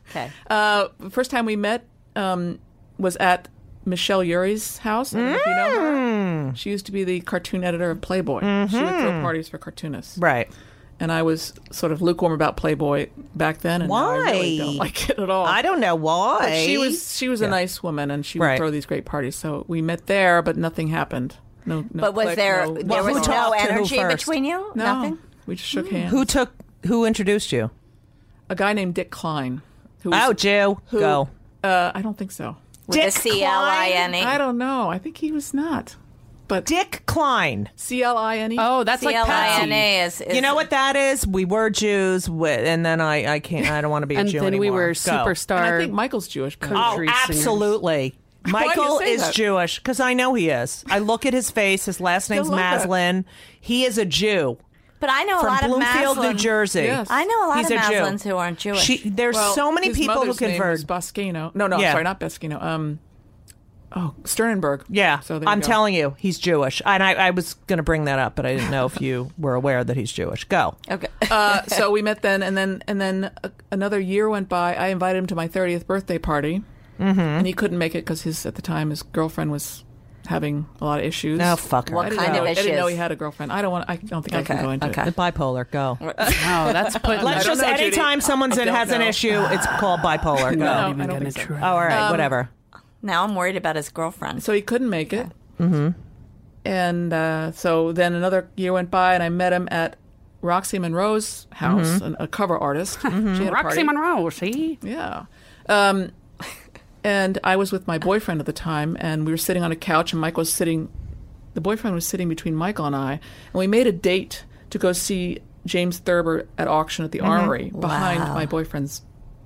S4: Okay.
S5: Uh,
S2: Oh.
S5: first time we met um, was at Michelle Urey's house. I don't know if you know her.
S2: Mm.
S5: She used to be the cartoon editor of Playboy. She would
S2: Mm-hmm.
S5: throw parties for cartoonists.
S2: right.
S5: And I was sort of lukewarm about Playboy back then, and now I really
S2: Why?
S5: don't like it at all.
S2: I don't know why.
S5: Oh. But she was she was a nice woman, and she would
S2: Right.
S5: throw these great parties. So we met there, but nothing happened. No, no
S4: But was
S5: click,
S4: there
S5: no-
S4: there
S2: who
S4: was no
S2: talked to who
S4: energy
S2: first?
S4: between you?
S5: no.
S4: Nothing.
S5: We just shook hands.
S2: Hmm. Who took? Who introduced you?
S5: a guy named Dick Klein. Who was,
S2: Oh, Jew.
S5: who-
S2: Go.
S5: Uh, I don't think so.
S4: With a
S2: Dick
S4: C L I N E.
S5: I don't know. I think he was not. But
S2: Dick Klein.
S5: C L I N E.
S3: oh, that's
S4: C L
S3: like
S4: I
S3: Patsy.
S4: N A is, is
S2: You know what that is? We were Jews, wi- and then I, I can't. I don't want to be a
S3: And
S2: Jew
S3: then
S2: anymore.
S3: we were
S2: Go.
S5: And I
S3: superstar.
S5: think Michael's Jewish. but-
S2: Oh,
S3: country singers.
S2: absolutely.
S5: do you
S2: Michael
S5: say
S2: is
S5: that?
S2: Jewish because I know he is. I look at his face. His last name's
S5: love that.
S2: Maslin. He is a Jew
S4: But I know a
S2: from
S4: lot of
S2: Bloomfield, New
S4: Maslin-
S2: Jersey.
S5: Yes.
S4: I know a lot
S2: He's
S4: of
S2: a Jew.
S4: Maslins who aren't Jewish.
S2: She, there's
S5: Well,
S2: so many
S5: his
S2: people who
S5: mother's name
S2: convert.
S5: was Boscano. No, no, I'm
S2: Yeah.
S5: sorry, not Boscano. Um, Oh, Sternberg.
S2: Yeah,
S5: So there
S2: I'm
S5: you go.
S2: telling you, he's Jewish, and I, I was going to bring that up, but I didn't know if you were aware that he's Jewish. Go.
S4: Okay.
S5: Uh, so we met then, and then and then a, another year went by. I invited him to my 30th birthday party,
S2: Mm-hmm.
S5: and he couldn't make it because his at the time his girlfriend was having a lot of issues.
S2: Oh, fuck her.
S5: I didn't
S4: kind
S5: know,
S4: of
S5: I didn't know
S4: issues?
S5: he had a girlfriend. I don't want. I don't think I can
S4: Okay,
S5: go into
S4: okay.
S5: it.
S2: Bipolar. Go.
S3: Wow, Oh, that's putting.
S2: Let's
S5: I don't
S2: just
S5: know, Judy.
S2: anytime someone's in
S5: I don't
S2: has an
S5: know.
S2: issue, it's called bipolar. Go.
S5: No,
S3: not even
S5: I don't
S3: gonna
S5: think so.
S3: try.
S2: Oh, all
S4: Um,
S2: right, whatever.
S4: now I'm worried about his girlfriend.
S5: So he couldn't make it. Mm-hmm. And uh, so then another year went by, and I met him at Roxy Monroe's house, an, a cover artist. She had a
S3: Roxy
S5: party.
S3: Monroe, see?
S5: Yeah. Um, and I was with my boyfriend at the time, and we were sitting on a couch, and Mike was sitting, the boyfriend was sitting between Michael and I, and we made a date to go see James Thurber at auction at the Armory behind my boyfriend's,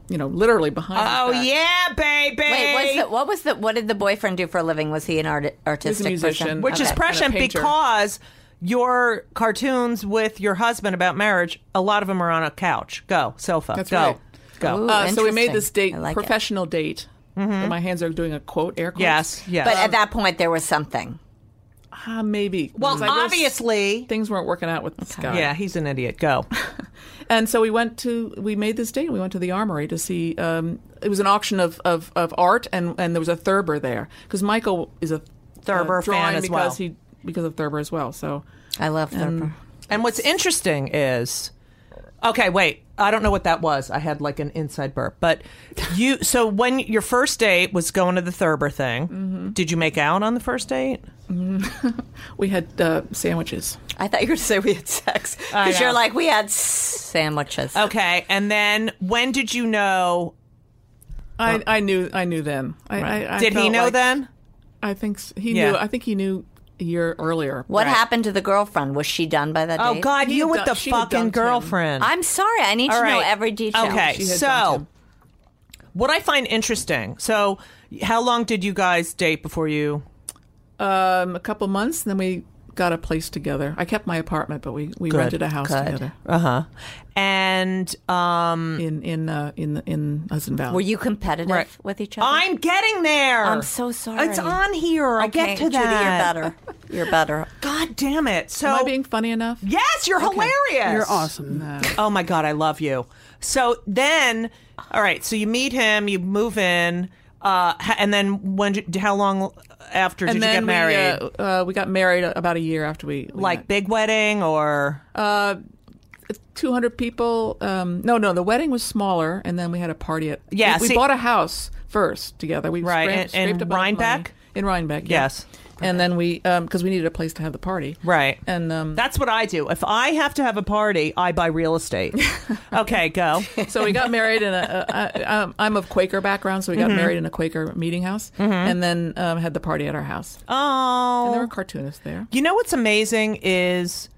S5: you know, literally behind. his
S2: Oh
S5: back.
S2: yeah, baby.
S4: Wait, what's the, what was the what did the boyfriend do for a living? Was he an art, artistic
S5: musician.
S4: person?
S2: Which is
S4: Okay.
S2: prescient
S5: And a painter.
S2: because your cartoons with your husband about marriage, a lot of them are on a couch. Go sofa.
S5: That's
S2: go.
S5: right.
S2: Go.
S4: Ooh,
S5: Uh, so we made
S4: interesting.
S5: this date,
S4: I like it.
S5: professional date. My hands are doing a quote, air quotes.
S2: Mm-hmm. yes. Yes.
S4: But at that point, there was something.
S5: Ah, maybe.
S2: well,
S5: Because I guess
S2: obviously.
S5: Things weren't working out with this guy.
S2: Yeah, he's an idiot. Go.
S5: And so we went to we made this date. We went to the armory to see. Um, it was an auction of, of, of art, and, and there was a Thurber there because Michael is a
S2: Thurber
S5: uh,
S2: fan
S5: drawing
S2: as
S5: because
S2: well.
S5: he because of Thurber as well. So
S4: I love
S2: Um,
S4: Thurber.
S2: And what's interesting is, okay, wait, I don't know what that was. I had like an inside burp, but you. So when your first date was going to the Thurber thing,
S5: Mm-hmm.
S2: did you make out on the first date?
S5: we had uh, sandwiches.
S4: I thought you were going to say we had sex
S2: I
S4: because you're
S2: know. Oh,
S4: like we had s- sandwiches.
S2: Okay, and then when did you know?
S5: I, I knew I knew then. I, I, I
S2: Did he
S5: felt
S2: know
S5: like-
S2: then?
S5: I think s- he
S2: Yeah.
S5: knew. I think he knew a year earlier.
S4: What
S5: Right.
S4: happened to the girlfriend? Was she done by that
S2: Oh
S4: date?
S2: God,
S5: He
S2: you
S5: had
S2: with
S5: dun-
S2: the
S5: she had dumped
S2: fucking
S5: him.
S2: girlfriend.
S4: I'm sorry. I need
S2: All
S4: to know
S2: right.
S4: every detail.
S2: Okay,
S5: She had dumped
S2: so
S5: him.
S2: what I find interesting. So, how long did you guys date before you?
S5: Um, a couple months, and then we got a place together. I kept my apartment, but we, we rented a house
S2: Good.
S5: together
S2: Uh huh. And um,
S5: in in uh, in the- in Hudson Valley.
S4: Were you competitive
S2: Right.
S4: with each other?
S2: I'm getting there.
S4: I'm so sorry.
S2: It's on here. I
S4: Okay,
S2: get to
S4: Judy,
S2: that.
S4: You're better. You're better.
S2: God damn it. So
S5: Am I being funny enough?
S2: Yes, you're hilarious.
S3: You're awesome.
S2: Oh my god, I love you. So then, all right. So you meet him, you move in, uh, ha- and then when? did- How long after did
S5: and
S2: you
S5: then
S2: get married?
S5: We, uh, uh, we got married about a year after we, we
S2: like big wedding or?
S5: two hundred people. Um, no, no, the wedding was smaller, and then we had a party at.
S2: Yeah,
S5: we, we
S2: see-
S5: bought a house first together. We
S2: Right,
S5: scram-
S2: in-
S5: scraped
S2: in
S5: a bunch of
S2: Rhinebeck?
S5: money. In Rhinebeck, yeah.
S2: Yes.
S5: And then we, because we needed a place to have the party,
S2: Right.
S5: And um,
S2: That's what I do. If I have to have a party, I buy real estate. okay, go.
S5: so we got married in a. a, a I'm- I'm of Quaker background, so we got
S2: Mm-hmm.
S5: married in a Quaker meeting house, and then um, had the party at our house.
S2: Oh,
S5: And there were cartoonists there.
S2: You know what's amazing is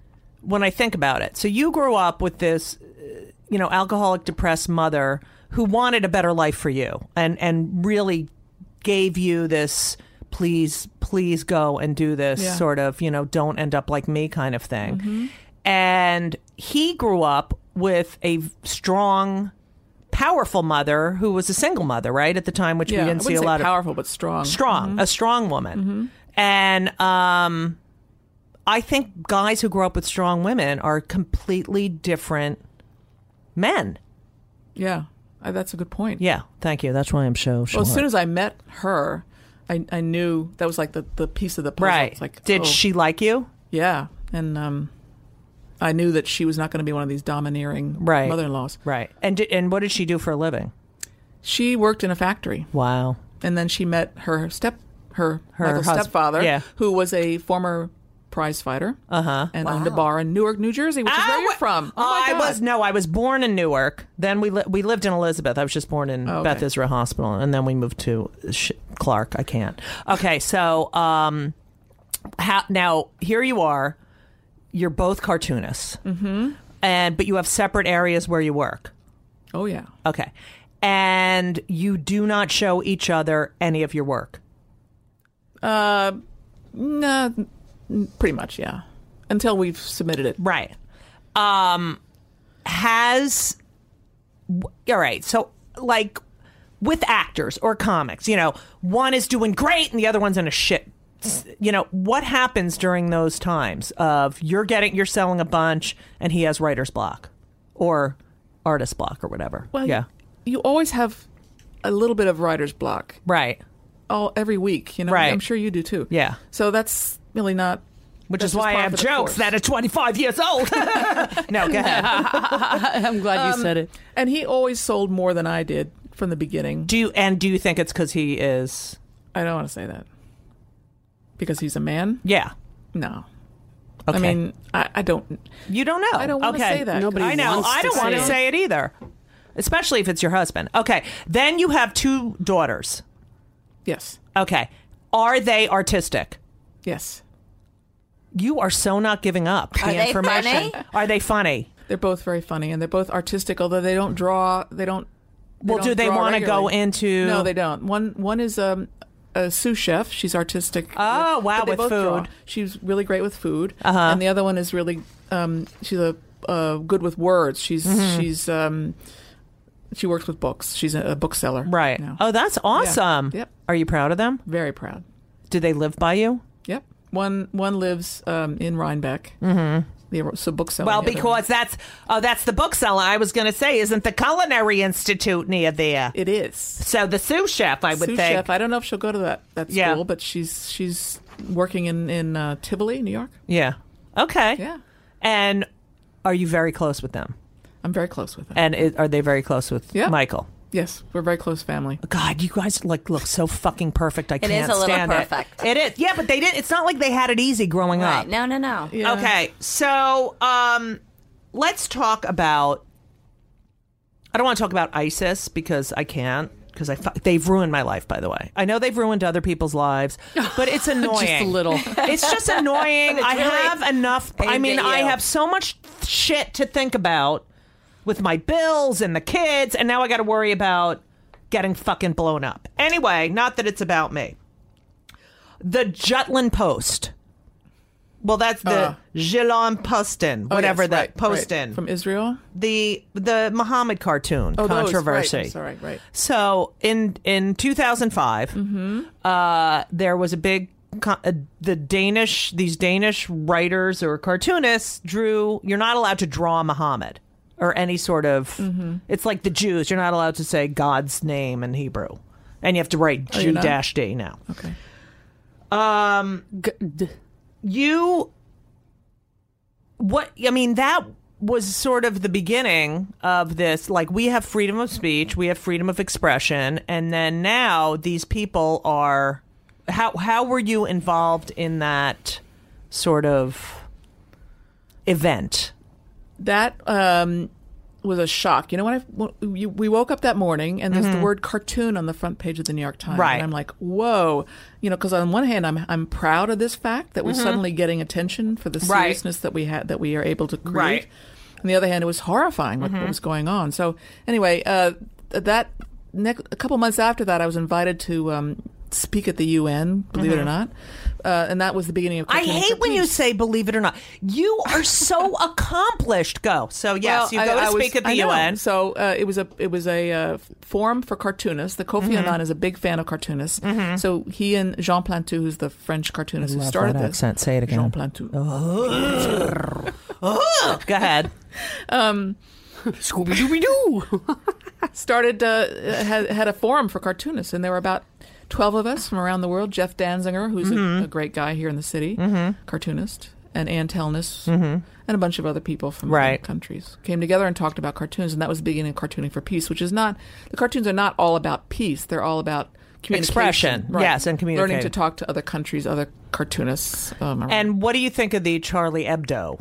S2: when I think about it. So you grew up with this, uh, you know, alcoholic depressed mother who wanted a better life for you and and really gave you this please please go and do this
S5: Yeah. Mm-hmm.
S2: sort of, you know, don't end up like me kind of thing. And he grew up with a v- strong powerful mother who was a single mother, right? At the time which
S5: Yeah,
S2: we
S5: I
S2: didn't see a
S5: wouldn't say
S2: lot of
S5: powerful, but strong.
S2: strong, a strong woman.
S5: Mm-hmm.
S2: And um, I think guys who grow up with strong women are completely different men.
S5: Yeah, I, that's a good point.
S2: Yeah, thank you. That's why I'm so sure.
S5: Well, as soon as I met her, I, I knew that was like the, the piece of the puzzle.
S2: right.
S5: It's like,
S2: Did
S5: oh,
S2: she like you?
S5: Yeah, and um, I knew that she was not going to be one of these domineering
S2: Right.
S5: mother-in-laws.
S2: Right. And did, and what did she do for a living?
S5: She worked in a factory,
S2: Wow.
S5: and then she met her step her,
S2: Her
S5: Michael's
S2: husband.
S5: stepfather,
S2: Yeah. Uh-huh.
S5: who was a former prize fighter, uh huh, and owned a bar in Newark, New Jersey, which is where you're from. Oh my
S2: I
S5: God.
S2: was no, I was born in Newark. Then we li- we lived in Elizabeth. I was just born in
S5: Oh, okay.
S2: Beth Israel Hospital, and then we moved to sh- Clark. I can't. Okay, so um, how now? Here you are. You're both cartoonists, mm-hmm. and but you have separate areas where you work.
S5: Oh yeah,
S2: Okay, and you do not show each other any of your work.
S5: no, n- pretty much yeah. Until we've submitted it,
S2: Right. Um has w- all right. So like with actors or comics. You know, one is doing great and the other one's in a shit. s- You know, what happens during those times of you're getting, you're selling a bunch and he has writer's block or artist block or whatever?
S5: Well,
S2: yeah.
S5: You always have a little bit of writer's block
S2: Right.
S5: all every week. You know,
S2: Right.
S5: I'm sure you do too.
S2: Yeah.
S5: So that's really not.
S2: Which
S5: that's
S2: is
S5: just
S2: why I
S5: par
S2: have
S5: for the
S2: jokes
S5: course.
S2: that at 25 years old. no, go ahead.
S3: I'm glad you said it.
S5: And he always sold more than I did from the beginning.
S2: Do you, and do you think it's because he is?
S5: I don't want to say that because he's a man.
S2: Yeah.
S5: No,
S2: Okay.
S5: I mean I, I don't.
S2: you don't know.
S5: I don't wanna
S2: okay.
S5: say that.
S3: Nobody
S2: I know.
S3: wants
S2: I
S3: to
S2: don't want to
S3: say it.
S2: say it either, especially if it's your husband. Okay. Then you have two daughters.
S5: Yes,
S2: Okay. Are they artistic?
S5: yes,
S2: You are so not giving up the
S4: Are they
S2: information.
S4: funny?
S2: Are they funny?
S5: they're both very funny and they're both artistic. Although they don't draw, they don't.
S2: Well, do they
S5: want
S2: wanna
S5: to
S2: go into-
S5: No, they don't. One one is um, a sous chef. She's artistic.
S2: Oh, wow,
S5: but they
S2: with
S5: both draw.
S2: food.
S5: She's really great with food. Uh-huh. And the other one is really um, she's a uh, good with words. She's
S2: Mm-hmm.
S5: she's um, she works with books. She's a, a bookseller.
S2: Right.
S5: now.
S2: Oh, that's awesome.
S5: Yep.
S2: Are you proud of them?
S5: Very proud.
S2: Do they live by you?
S5: Yep. One one lives um, in Rhinebeck. Mm-hmm. The so bookseller.
S2: Well,
S5: the other
S2: because that's oh, that's the bookseller. I was going to say, isn't the Culinary Institute near there?
S5: one- it is
S2: So the sous chef, I would
S5: sous
S2: think.
S5: chef. I don't know if she'll go to that that school,
S2: Yeah.
S5: but she's she's working in in uh, Tivoli, New York.
S2: Yeah. Okay.
S5: Yeah.
S2: And are you very close with them?
S5: I'm very close with her.
S2: And i are they very close with
S5: Yeah.
S2: Michael?
S5: yes, we're very close family.
S2: God, you guys like look so fucking perfect. I
S4: is
S2: can't
S4: a little
S2: stand it.
S4: perfect.
S2: It is. Yeah, but they did. It's not like they had it easy growing
S4: Right.
S2: up.
S4: No, no, no.
S5: Yeah.
S2: Okay, so um, let's talk about. I don't want to talk about ISIS because I can't. Because I fu- they've ruined my life. By the way, I know they've ruined other people's lives, but it's annoying.
S3: Just a little.
S2: It's just annoying. I
S4: really
S2: have enough. I
S4: aimed
S2: mean,
S4: at
S2: I
S4: you.
S2: have so much shit to think about with my bills and the kids, and now I got to worry about getting fucking blown up. Anyway, not that it's about me. The Jutland Post. Well, that's the
S5: Uh.
S2: Jutland Postin,
S5: Oh,
S2: whatever
S5: yes,
S2: that
S5: right,
S2: Postin
S5: right. from Israel.
S2: the the Muhammad cartoon
S5: Oh, those,
S2: controversy.
S5: right, I'm sorry, right.
S2: So in in 2005, uh, there was a big co- uh, the Danish these Danish writers or cartoonists drew. You're not allowed to draw Muhammad or any sort of.
S5: Mm-hmm.
S2: It's like the Jews. You're not allowed to say God's name in Hebrew, and you have to write G
S5: Oh, you're not?
S2: dash D now. Um,
S5: Okay.
S3: G- d-
S2: you what i mean that was sort of the beginning of this like we have freedom of speech we have freedom of expression and then now these people are how how were you involved in that sort of event
S5: That um, was a shock. You know when I when you, we woke up that morning and there's the word cartoon on the front page of the New York Times,
S2: Mm-hmm. Right.
S5: And I'm like, whoa, you know, because on one hand I'm I'm proud of this fact that we're suddenly getting attention for the
S2: Mm-hmm. Right.
S5: seriousness that we had that we are able to create.
S2: Right. Mm-hmm.
S5: On the other hand, it was horrifying what, what was going on. So anyway, uh, th- that next, a couple months after that, I was invited to. Um, Speak at the UN, believe it or not, uh, and that was the beginning of.
S2: Mm-hmm. i
S5: Cartoons
S2: hate
S5: for
S2: when you
S5: Peace.
S2: say believe it or not you are so accomplished go so yes
S5: Well,
S2: you go
S5: I-
S2: to
S5: I was-
S2: speak at the
S5: I know.
S2: un
S5: So uh, it was a it was a uh, forum for cartoonists. The Kofi
S2: Mm-hmm.
S5: Annan is a big fan of cartoonists. So he and Jean Plantu, who's the French cartoonist who
S2: love
S5: started
S2: that
S5: this,
S2: accent. Say it again. Oh,
S5: Jean Plantu.
S2: go ahead
S3: Scooby Dooby Doo.
S5: started uh, had, had a forum for cartoonists, and there were about twelve of us from around the world. Jeff Danzinger, who's
S2: Mm-hmm.
S5: a, a great guy here in the city, cartoonist, and Ann Telnis, and a bunch of other people from
S2: Mm-hmm. Right.
S5: other countries came together and talked about cartoons, and that was the beginning of cartooning for peace, which is not the cartoons are not all about peace; they're all about communication,
S2: Expression, yes, and
S5: learning
S2: communicating.
S5: to talk to other countries, other cartoonists. Um, around.
S2: and what do you think of the charlie hebdo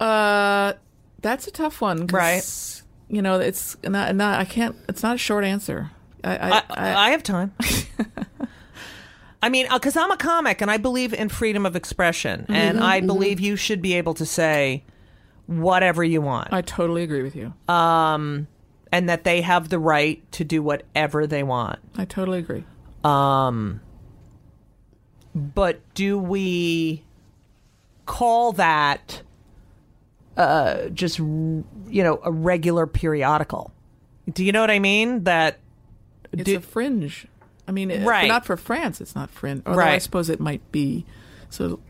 S5: Uh, that's a tough one, 'cause,
S2: Right.
S5: You know, it's not, not. I can't. It's not a short answer. I, I,
S2: I, I have time. I mean, because I'm a comic and I believe in freedom of expression, and I believe you should be able to say whatever you want,
S5: I totally agree with you.
S2: and that they have the right to do whatever they want.
S5: I totally agree.
S2: But do we call that uh, just you know a regular periodical? Do you know what I mean? That
S5: It's
S2: Do-
S5: a fringe. I mean, if
S2: Right.
S5: not for France, it's not fringe. Although I
S2: Right.
S5: suppose it might be. So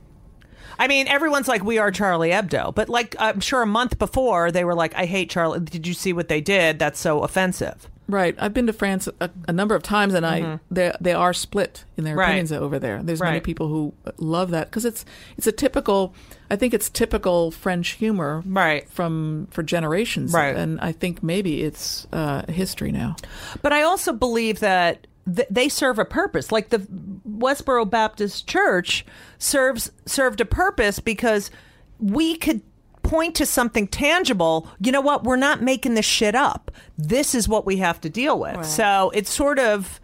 S2: I mean, everyone's like, "We are Charlie Hebdo," but like, I'm sure a month before they were like, "I hate Charlie." Did you see what they did? That's so offensive.
S5: Right. I've been to France a, a number of times, and I they they are split in their
S2: Mm-hmm. Right.
S5: opinions over there. There's many
S2: Right.
S5: people who love that because it's it's a typical. I think it's typical French humor,
S2: Right.
S5: From for generations,
S2: Right.
S5: And I think maybe it's uh, history now.
S2: But I also believe that th- they serve a purpose. Like the Westboro Baptist Church serves served a purpose because we could point to something tangible. You know what? We're not making this shit up. This is what we have to deal with. So it sort of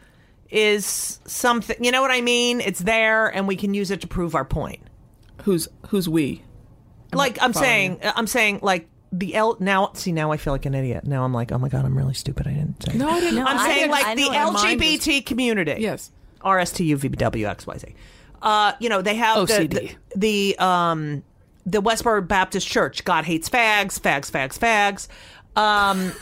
S2: is something. You know what I mean? It's there, and we can use it to prove our point.
S5: Who's who's we?
S2: like I'm
S5: following
S2: saying, uh, I'm saying like. The L now see now I feel like an idiot. Now I'm like, oh my god, I'm really stupid. I didn't. Say
S5: No, I didn't.
S2: I'm
S4: I
S2: saying
S4: didn't-
S2: like
S4: I
S2: the
S4: know my mind
S2: LGBT community.
S5: Yes.
S2: RSTUVWXYZ. Uh, you know, they have the-
S3: OCD.
S2: the, the um the Westboro Baptist Church. God hates fags, fags, fags, fags. Um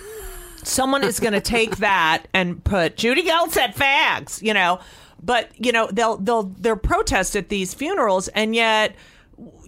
S2: someone is going to take that and put Judy Geltz at fags, you know. But, you know, they'll they'll they're protest at these funerals and yet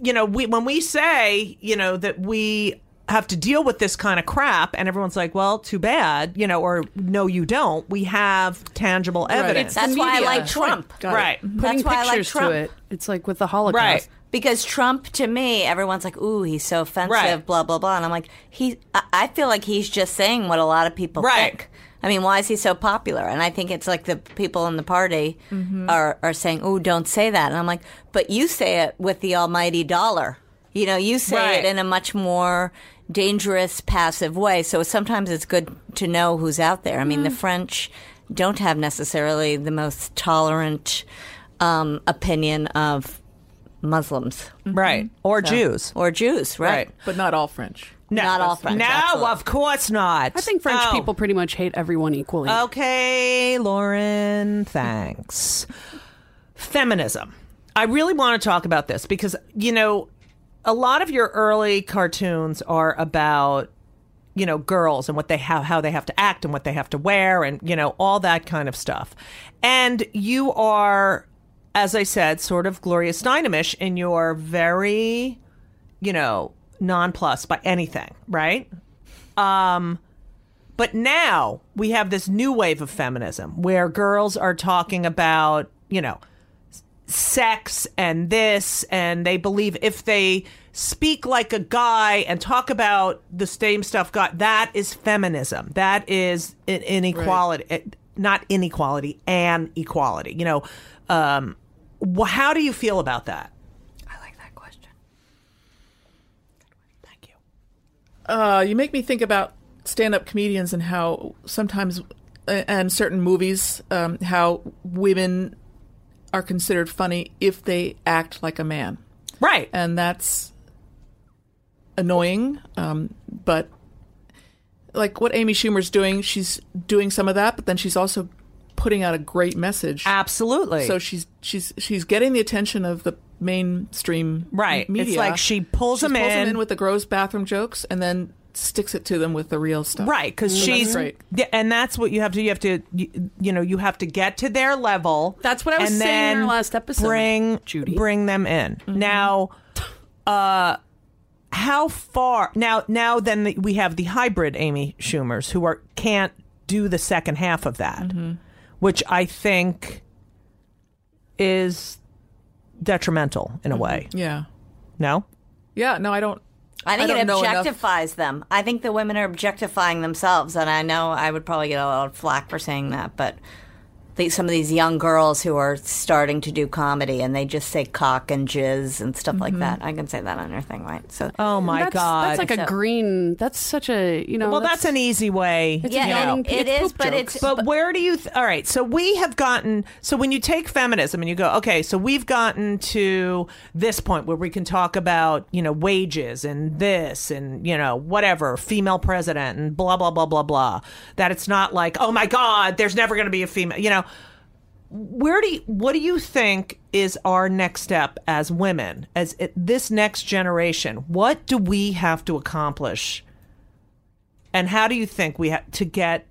S2: you know, we when we say, you know, that we have to deal with this kind of crap and everyone's like, well, too bad, you know, or no you don't. We have tangible evidence.
S5: It's-
S4: That's
S3: The
S4: why I
S3: media.
S4: like Trump.
S5: Got it.
S2: Right.
S3: Putting
S4: That's why I like
S3: pictures
S4: Trump.
S3: to it. It's like with the Holocaust.
S2: Right.
S4: Because Trump, to me, everyone's like, "Ooh, he's so offensive,"
S2: Right.
S4: blah blah blah, and I'm like, he. I- I feel like he's just saying what a lot of people
S2: Right.
S4: think. I mean, why is he so popular? And I think it's like the people in the party
S2: Mm-hmm.
S4: are are saying, "Ooh, don't say that," and I'm like, "But you say it with the almighty dollar." You know, you say
S2: Right.
S4: it in a much more dangerous, passive way. So sometimes it's good to know who's out there. I mean,
S2: Mm-hmm.
S4: the French don't have necessarily the most tolerant um, opinion of Muslims
S2: Right. Or Jews.
S4: or Jews,
S2: Mm-hmm.
S4: right?
S2: Right.
S5: But not all French.
S4: Not all French.
S2: No,
S4: absolutely.
S2: of course not.
S3: I think French
S2: Oh.
S3: people pretty much hate everyone equally.
S2: Okay, Lauren, thanks. Feminism. I really want to talk about this because, you know, a lot of your early cartoons are about you know girls and what they how how they have to act and what they have to wear and you know all that kind of stuff. And you are as I said sort of Gloria Steinem-ish in your very you know nonplussed by anything, right? Um, But now we have this new wave of feminism where girls are talking about, you know, s- sex and this, and they believe if they speak like a guy and talk about the same stuff, God, that is feminism. That is an inequality, eh, not inequality, and equality. You know, um, wh- how do you feel about that?
S4: I like that question.
S2: Thank you.
S5: Uh, you make me think about stand-up comedians and how sometimes, a- and certain movies, um, how women are considered funny if they act like a man,
S2: Right.
S5: and that's annoying. Um, but like what Amy Schumer's doing, she's doing some of that, but then she's also putting out a great message.
S2: Absolutely.
S5: So she's she's she's getting the attention of the mainstream
S2: Right.
S5: m- media.
S2: It's like she pulls
S5: She
S2: them
S5: pulls
S2: in.
S5: them in with the gross bathroom jokes and then sticks it to them with the real stuff.
S2: right because
S5: So that's
S2: she's
S5: great.
S2: yeah, and that's what you have to you have to you, you know you have to get to their level
S3: That's what I was
S2: and
S3: saying in
S2: then
S3: our last episode,
S2: bring
S3: Judy. Mm-hmm.
S2: bring them in now uh how far now now then the, we have the hybrid amy schumers who are can't do the second half of that
S3: Mm-hmm.
S2: which i think is detrimental
S3: Mm-hmm.
S2: in a way
S5: Yeah.
S2: no
S5: Yeah. No, I don't.
S4: I think
S5: I
S4: it
S5: don't know enough.
S4: objectifies them. I think the women are objectifying themselves, and I know I would probably get a lot of flack for saying that, but the, some of these young girls who are starting to do comedy and they just say cock and jizz and stuff like that. I can say that on your thing, right? So,
S2: oh my
S3: that's,
S2: god
S3: That's like a green. That's such a you know.
S2: well that's, an easy way
S3: It's
S4: yeah,
S3: a yawning
S4: it-
S3: p-
S4: it
S3: it's
S4: is,
S3: poop
S4: but
S3: jokes.
S4: it's
S2: But where do you? Th- all right. So we have gotten. So when you take feminism and you go, okay, so we've gotten to this point where we can talk about you know wages and this and you know whatever female president and blah blah blah blah blah. That it's not like oh my god, there's never going to be a female. You know, where do you, what do you think is our next step as women as it, this next generation? What do we have to accomplish? And how do you think we have to get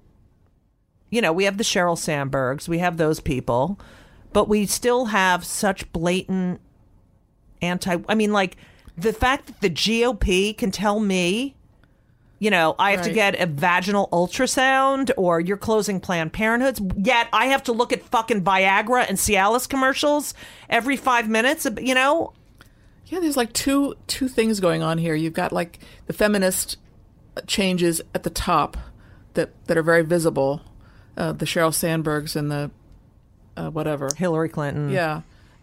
S2: you know, we have the Cheryl Sandbergs, we have those people, but we still have such blatant anti. I mean, like the fact that the GOP can tell me, you know, I have to
S5: Right.
S2: get a vaginal ultrasound or you're closing Planned Parenthoods, yet I have to look at fucking Viagra and Cialis commercials every five minutes, you know?
S5: Yeah, there's like two two things going on here. You've got like the feminist changes at the top that that are very visible, uh, the Sheryl Sandbergs and the uh, whatever.
S2: Hillary Clinton.
S5: Yeah,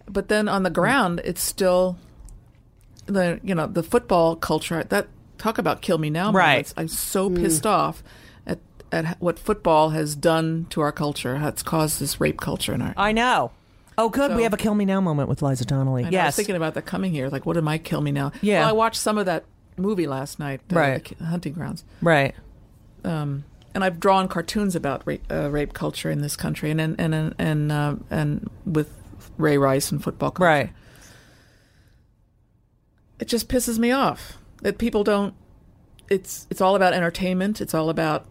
S5: but then on the
S2: Hmm.
S5: ground, it's still the you know the football culture that talk about kill me now.
S2: Right.
S5: moments. I'm so pissed off at at what football has done to our culture. How it's caused this rape culture in our.
S2: I know. Oh, good. we
S5: So-
S2: have a kill me now moment with Liza Donnelly.
S5: And I was
S2: yes.
S5: thinking about that coming here. Like, what am I kill me now?
S2: Yeah.
S5: Well, I watched some of that movie last night, uh,
S2: Right.
S5: the Ki- Hunting Grounds,
S2: right.
S5: and I've drawn cartoons about rape, uh, rape culture in this country, and and and and, uh, and with Ray Rice and football culture.
S2: Right.
S5: It just pisses me off that people don't. It's it's all about entertainment. It's all about.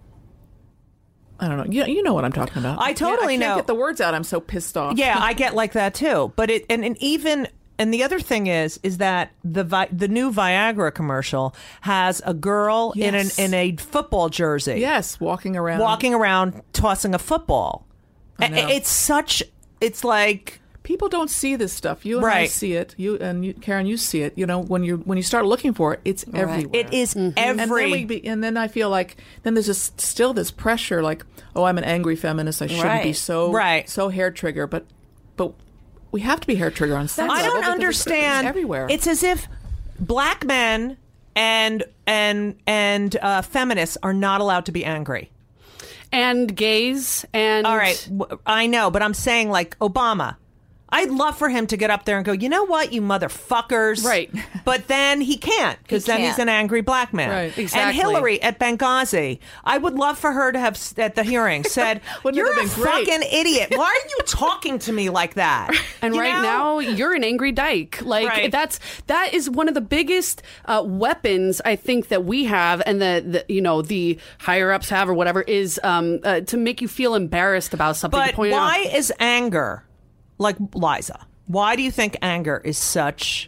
S5: I don't know. You you know what I'm talking about.
S2: I
S5: can't-
S2: totally
S5: I can't
S2: know.
S5: get the words out. I'm so pissed off.
S2: Yeah, I get like that too. But it and, and even and the other thing is is that the Vi- the new Viagra commercial has a girl
S5: Yes.
S2: in an in a football jersey
S5: Yes, walking around.
S2: walking around tossing a football.
S5: I know.
S2: A- It's such it's like
S5: people don't see this stuff. You and I
S2: Right.
S5: see it. You and you, Karen, you see it. You know when you when you start looking for it, it's everywhere.
S2: it is
S5: Mm-hmm. And then,
S2: every
S5: we be, and then I feel like then there's just still this pressure, like, oh, I'm an angry feminist. I shouldn't be
S4: Right.
S5: so
S2: Right.
S5: so hair trigger. But but we have to be hair trigger on some
S2: I
S5: level
S2: don't
S5: because it's- it's
S2: understand.
S5: everywhere.
S2: It's as if black men and and and uh, feminists are not allowed to be angry.
S3: and gays and
S2: All right, w- I know, but I'm saying like Obama. I'd love for him to get up there and go, you know what, you motherfuckers.
S3: Right.
S2: But then he can't because
S4: He
S2: then he's
S4: can't.
S2: an angry black man.
S5: Right,
S2: And
S3: exactly.
S2: Hillary at Benghazi, I would love for her to have s- at the hearing said,
S5: Wouldn't it
S2: "You're a
S5: have been great?"
S2: fucking idiot. Why are you talking to me like that?"
S3: And
S2: You
S3: right
S2: know?
S3: now, you're an angry dyke. Like
S2: Right.
S3: that's that is one of the biggest uh, weapons I think that we have, and the, the you know the higher ups have or whatever is um, uh, to make you feel embarrassed about something. to
S2: But
S3: point it out.
S2: why is anger like Liza? Why do you think anger is such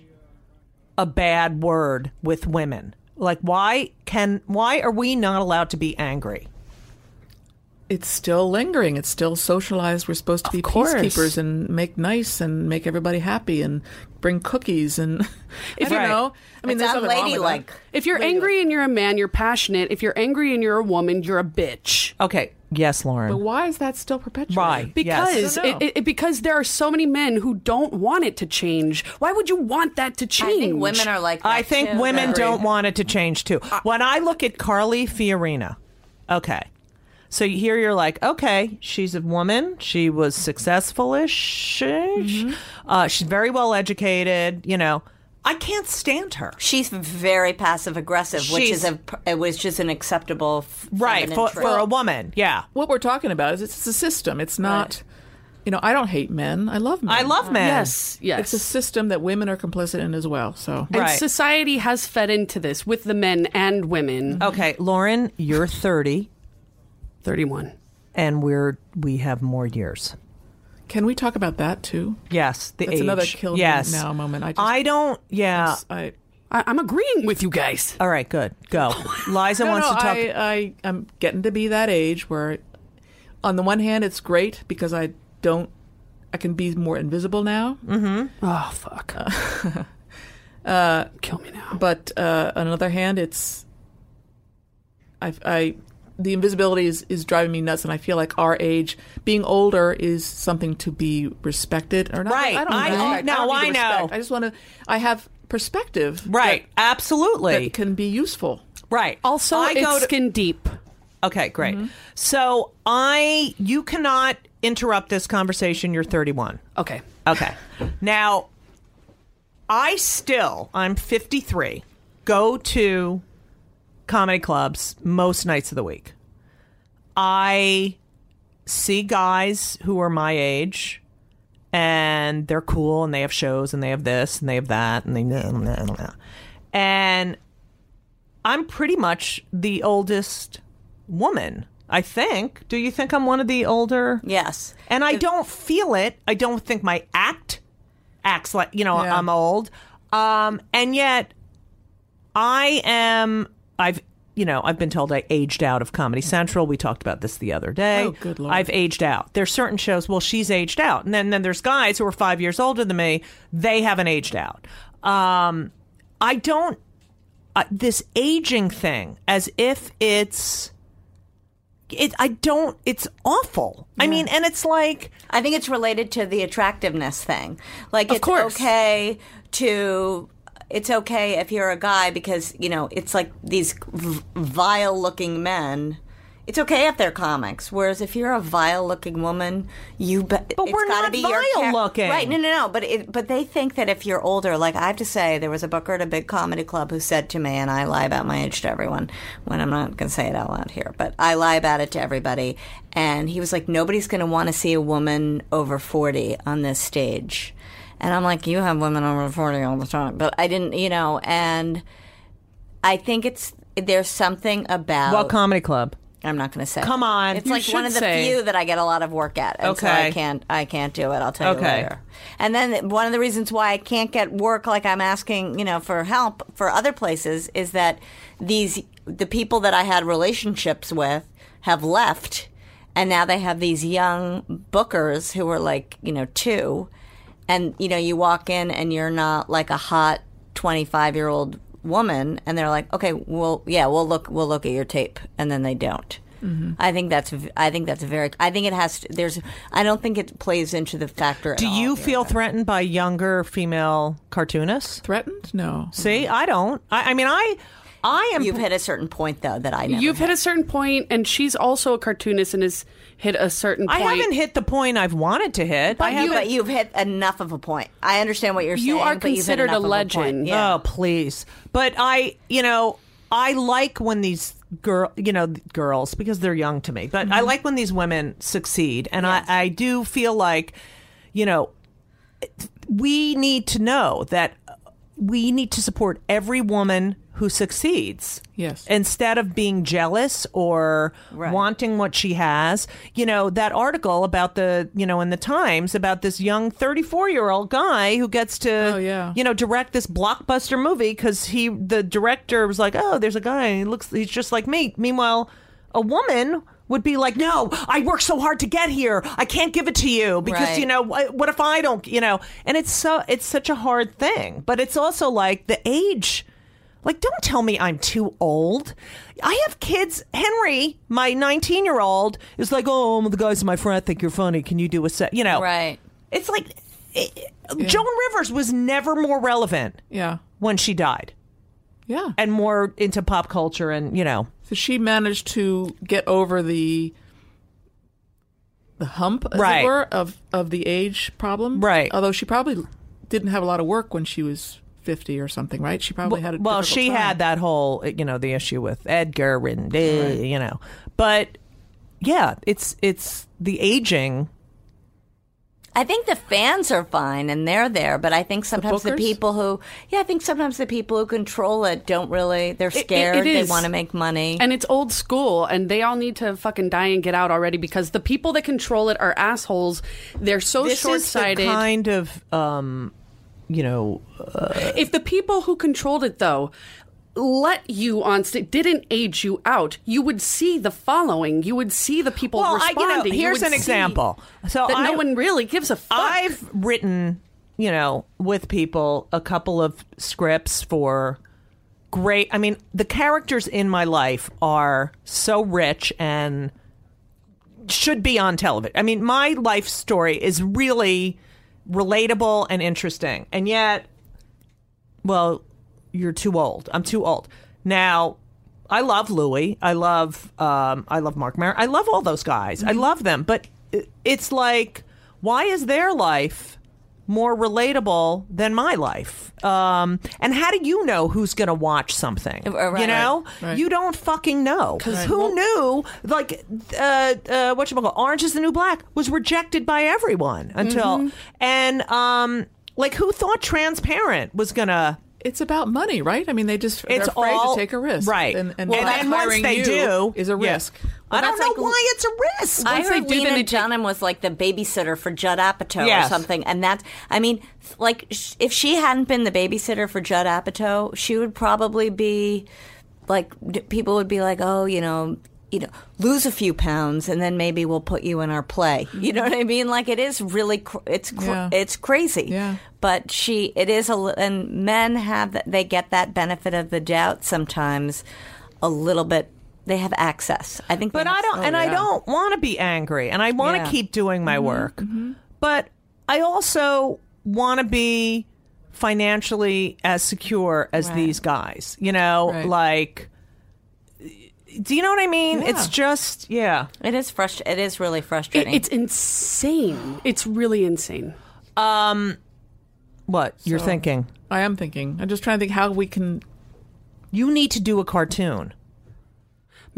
S2: a bad word with women? Like why can why are we not allowed to be angry?
S5: it's still lingering. It's still socialized. We're supposed to be
S3: course.
S5: peacekeepers and make nice and make everybody happy and bring cookies and if you
S2: Right.
S5: know, I mean,
S4: It's
S5: there's nothing wrong with that.
S4: unladylike.
S3: If you're angry and you're a man, you're passionate. If you're angry and you're a woman, you're a bitch.
S2: Okay, yes, Lauren.
S5: But why is that still perpetuated?
S2: Right. Yes.
S3: Because
S5: I don't know.
S3: it, it, because there are so many men who don't want it to change. Why would you want that to
S4: I
S3: change?
S4: think women are like. That
S2: I think
S4: too,
S2: women
S4: though.
S2: don't want it to change too.
S4: Uh,
S2: When I look at Carly Fiorina, okay. So you- here you're like, okay, she's a woman. She was successful-ish.
S4: Mm-hmm.
S2: Uh, she's very well educated. You know, I can't stand her.
S4: She's very passive aggressive, which is a uh, which is an acceptable f-
S2: Right
S4: feminine
S2: for,
S4: trait.
S2: for a woman, yeah.
S5: what we're talking about is it's a system. It's not, you know, I don't hate men. I love men.
S2: I love men.
S3: yes, yes.
S5: It's a system that women are complicit in as well. So
S3: And
S2: Right.
S3: society has fed into this with the men and women.
S2: Okay, Lauren, you're 30
S3: 31.
S2: and we're we have more years.
S5: can we talk about that too?
S2: Yes, the
S5: That's
S2: age.
S5: another kill me
S2: yes.
S5: now moment. I just-
S2: I don't yeah.
S5: I,
S3: I, I'm agreeing with you guys.
S2: All right, good. Go. Liza
S5: no,
S2: wants
S5: no,
S2: to talk.
S5: I, I, I'm getting to be that age where, on the one hand, it's great because I don't, I can be more invisible now.
S2: Mm.
S3: Oh, fuck.
S2: Uh,
S3: Uh, Kill me now.
S5: But uh, on the other hand, it's, I, I, the invisibility is, is driving me nuts, and I feel like our age, being older, is something to be respected or not.
S2: Right.
S5: I don't
S2: I-
S5: know.
S2: oh,
S5: I,
S2: no,
S5: don't need
S2: I
S5: the
S2: know.
S5: respect. I just want to. I have perspective.
S2: right.
S5: That,
S2: absolutely.
S5: that can be useful.
S2: right.
S3: Also,
S2: I
S3: it's
S2: go to,
S3: skin deep.
S2: Okay, great. So, I you cannot interrupt this conversation. You're 31.
S3: Okay.
S2: Okay. Now, I still, I'm 53, go to comedy clubs most nights of the week. I see guys who are my age and they're cool and they have shows and they have this and they have that and they and I'm pretty much the oldest woman I think. Do you think I'm one of the older?
S4: Yes.
S2: And I don't feel it. I don't think my act acts like, you know,
S5: Yeah.
S2: I'm old. Um, and yet I am, I've, you know, I've been told I aged out of Comedy Central. We talked about this the other day.
S5: Oh, good Lord.
S2: I've aged out. There's certain shows, well, she's aged out. And then, then there's guys who are five years older than me. They haven't aged out. Um, I don't, uh, this aging thing as if it's, it, I don't, it's awful. I mean, and it's like,
S4: I think it's related to the attractiveness thing. Like it's
S5: course.
S4: okay to it's okay if you're a guy because, you know, it's like these v- vile looking men. It's okay if they're comics, whereas if you're a vile-looking woman, you be- but
S2: we're not
S4: be your char-
S2: vile-looking.
S4: right? No, no, no. But it, but they think that if you're older, like I have to say, there was a booker at a big comedy club who said to me, and I lie about my age to everyone when I'm not going to say it out loud here, but I lie about it to everybody. And he was like, nobody's going to want to see a woman over forty on this stage. And I'm like, you have women over forty all the time, but I didn't, you know. And I think it's there's something about
S2: Well, comedy club.
S4: I'm not going to say.
S2: Come on.
S4: it's
S2: You
S4: like one
S5: should
S4: of the
S5: say.
S4: few that I get a lot of work at, and so
S2: Okay.
S4: I can't. I can't do it. I'll tell
S2: Okay.
S4: you later. And then one of the reasons why I can't get work, like I'm asking, you know, for help for other places, is that these the people that I had relationships with have left, and now they have these young bookers who are like, you know, two, and you know, you walk in and you're not like a hot twenty five year old woman, and they're like, okay, well, yeah, we'll look, we'll look at your tape, and then they don't.
S2: Mm-hmm.
S4: I think that's v- I think that's very I think it has to, there's I don't think it plays into the factor. at
S2: Do
S4: all
S2: you
S4: here.
S2: feel threatened by younger female cartoonists?
S5: Threatened? No.
S2: See, I don't. I, I mean, I, I am.
S4: You've hit a certain point though that I never.
S3: You've hit a certain point, and she's also a cartoonist and has hit a certain
S2: I
S3: point.
S2: haven't hit the point I've wanted to hit. I
S4: you,
S2: haven't.
S4: but you've hit enough of a point. I understand what you're saying.
S3: You are
S4: but you've hit
S3: considered a
S4: enough of point.
S3: legend.
S4: Yeah.
S2: Oh, please. But I, you know, I like when these girl, you know, th- girls because they're young to me. But I
S5: Mm-hmm.
S2: like when these women succeed, and I, I do feel like, you know, we need to know that we need to support every woman who succeeds.
S5: Yes.
S2: Instead of being jealous or wanting what she has, you know, that article about the, you know, in the Times about this young 34 year old guy who gets to,
S5: Oh, yeah.
S2: you know, direct this blockbuster movie because he, the director was like, oh, there's a guy and he looks, he's just like me. Meanwhile, a woman would be like, no, I worked so hard to get here. I can't give it to you because,
S4: Right.
S2: you know, what what if I don't, you know? And it's so, it's such a hard thing. But it's also like the age. Like, don't tell me I'm too old. I have kids. Henry, my 19 year old, is like, oh, I'm the guys in my friend think you're funny. Can you do a set? You know,
S3: Oh,
S4: Right.
S2: It's like it, Joan Rivers was never more relevant
S5: Yeah.
S2: when she died,
S5: Yeah.
S2: and more into pop culture, and you know,
S5: So she managed to get over the the hump, as
S2: Right.
S5: it were, of of the age problem.
S2: Right.
S5: Although she probably didn't have a lot of work when she was fifty or something, right? She probably had a
S2: well,
S5: difficult
S2: she
S5: time.
S2: had that whole you know the issue with Edgar and uh, you know, but yeah, it's it's the aging.
S4: I think the fans are fine and they're there, but I think sometimes the,
S5: bookers?
S4: people who yeah, I think sometimes the people who control it don't really they're
S3: it
S4: scared. they
S3: is.
S4: want to make money.
S3: and it's old school, and they all need to fucking die and get out already because the people that control it are assholes. They're so
S2: This
S3: short
S2: is the
S3: sighted.
S2: kind of um, you know
S3: If the people who controlled it, though, let you on stage, didn't age you out, you would see the following. You would see the people
S2: Well, I- you know,
S3: responding. You
S2: here's
S3: would
S2: an
S3: see
S2: example. So
S3: that
S2: I-
S3: no one really gives a fuck.
S2: I've written, you know, with people a couple of scripts for great. I mean, the characters in my life are so rich and should be on television. I mean, my life story is really relatable and interesting. And yet, well, you're too old. I'm too old. Now, I love Louis. I love um, I love Mark Maron. I love all those guys.
S4: Mm-hmm.
S2: I love them. But i- it's like, why is their life more relatable than my life? Um, and how do you know who's going to watch something?
S4: Uh, right.
S2: You know,
S5: Right.
S2: you don't fucking know. Who knew? Like, uh, uh, what you call Orange is the New Black was rejected by
S4: Mm-hmm.
S2: everyone until and um, like who thought Transparent was gonna
S5: it's about money, right? I mean, they just
S2: It's
S5: they're afraid
S2: all-
S5: to take a risk,
S2: right.
S5: And, and,
S2: Well,
S5: not
S2: and once
S5: hiring
S2: they
S5: you
S2: do-
S5: is a
S2: yeah.
S5: risk.
S2: I
S4: Well,
S2: don't know
S4: that's like-
S2: why it's a risk.
S4: I
S5: Once they
S4: heard
S5: do, then
S4: Lena
S5: they take-
S4: Dunham was like the babysitter for Judd Apatow
S2: Yes.
S4: or something, and that's. I mean, like sh- if she hadn't been the babysitter for Judd Apatow, she would probably be like d- people would be like, oh, you know. You know, lose a few pounds, and then maybe we'll put you in our play. You know what I mean? Like it is really, cr- it's cr-
S5: Yeah.
S4: it's crazy.
S5: Yeah.
S4: But she, it is a, li- and men have that they get that benefit of the doubt sometimes, a little bit. They have access. I think, they
S2: But
S4: have-
S2: I don't,
S4: oh,
S2: and I
S4: yeah.
S2: don't want to be angry, and I want to
S4: Yeah.
S2: keep doing my work. But I also want to be financially as secure as
S4: Right.
S2: these guys. You know,
S5: Right.
S2: like, do you know what I mean? It's just, yeah.
S4: It is frust- It is really
S3: It-
S4: frustrating.
S3: it's insane. It's really insane.
S2: What you're
S5: So-
S2: thinking?
S5: I am thinking. I'm just trying to think how we can.
S2: You need to do a cartoon.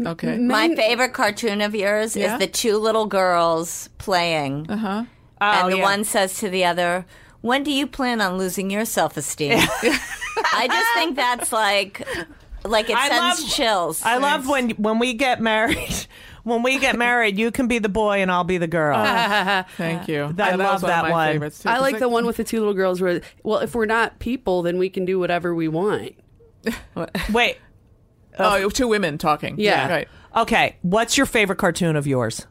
S5: Okay.
S4: my favorite cartoon of yours
S5: Yeah?
S4: is the two little girls playing, and the
S2: Uh-huh. Oh, yeah.
S4: one says to the other, "When do you plan on losing your self-esteem?" I just think that's like, like it
S2: I
S4: sends
S2: love-
S4: chills.
S2: I love when when we get married. When we get married, you can be the boy and I'll be the girl.
S5: Uh. Thank you.
S2: I
S5: Yeah,
S2: love
S5: was
S2: that
S5: of my
S2: one.
S5: favorites, too,
S3: I
S5: 'cause
S3: like the one with the two little girls where, well, if we're not people, then we can do whatever we want.
S2: Wait,
S5: Oh, two women talking.
S3: Yeah.
S5: Right.
S2: okay. What's your favorite cartoon of yours?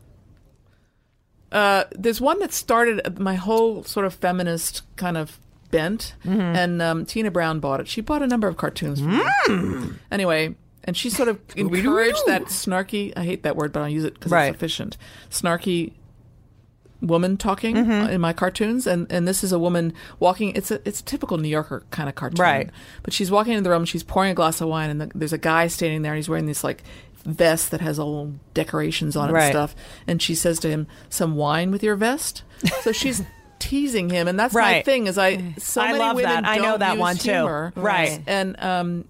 S5: Uh, there's one that started my whole sort of feminist kind of bent,
S2: Mm-hmm.
S5: and um, Tina Brown bought it. She bought a number of cartoons. From
S2: Mm.
S5: me. Anyway, and she sort of encouraged that snarky. I hate that word, but I'll use it because
S2: Right.
S5: it's efficient. Snarky woman talking
S2: Mm-hmm.
S5: in my cartoons and and this is a woman walking it's a it's a typical new yorker kind of cartoon
S2: Right.
S5: but she's walking into the room she's pouring a glass of wine and the, there's a guy standing there and he's wearing this like vest that has all decorations on it
S2: Right.
S5: and stuff and she says to him some wine with your vest so she's teasing him and that's my
S2: Right.
S5: thing is i so
S2: I
S5: many
S2: love
S5: women
S2: that. I know
S5: don't
S2: that
S5: use
S2: one, too.
S5: humor.
S2: Right.
S5: and um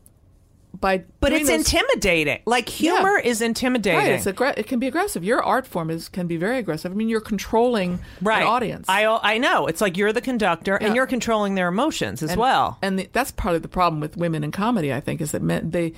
S5: by
S2: But
S5: doing
S2: it's
S5: those-
S2: intimidating. Like humor is intimidating.
S5: Right, it's aggra- it can be aggressive. Your art form is can be very aggressive. I mean, you're controlling
S2: Right.
S5: an audience.
S2: I I know. It's like you're the conductor and
S5: Yeah.
S2: you're controlling their emotions as
S5: And-
S2: well.
S5: And the, that's probably the problem with women in comedy. I think is that men they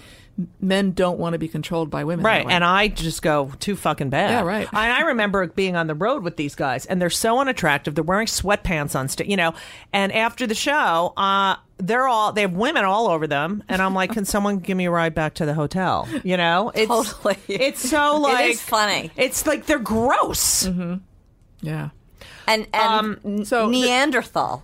S5: men don't want to be controlled by women.
S2: Right. And I just go too fucking bad.
S5: Yeah, right.
S2: And I remember being on the road with these guys and they're so unattractive. They're wearing sweatpants on stage, you know. And after the show, uh, they're all they have women all over them. And I'm like, Can someone give me a ride back to the hotel? You know? It's
S4: Totally.
S2: it's so
S4: It
S2: like
S4: is funny.
S2: It's like they're gross.
S5: yeah,
S4: and and
S5: so-
S4: Neanderthal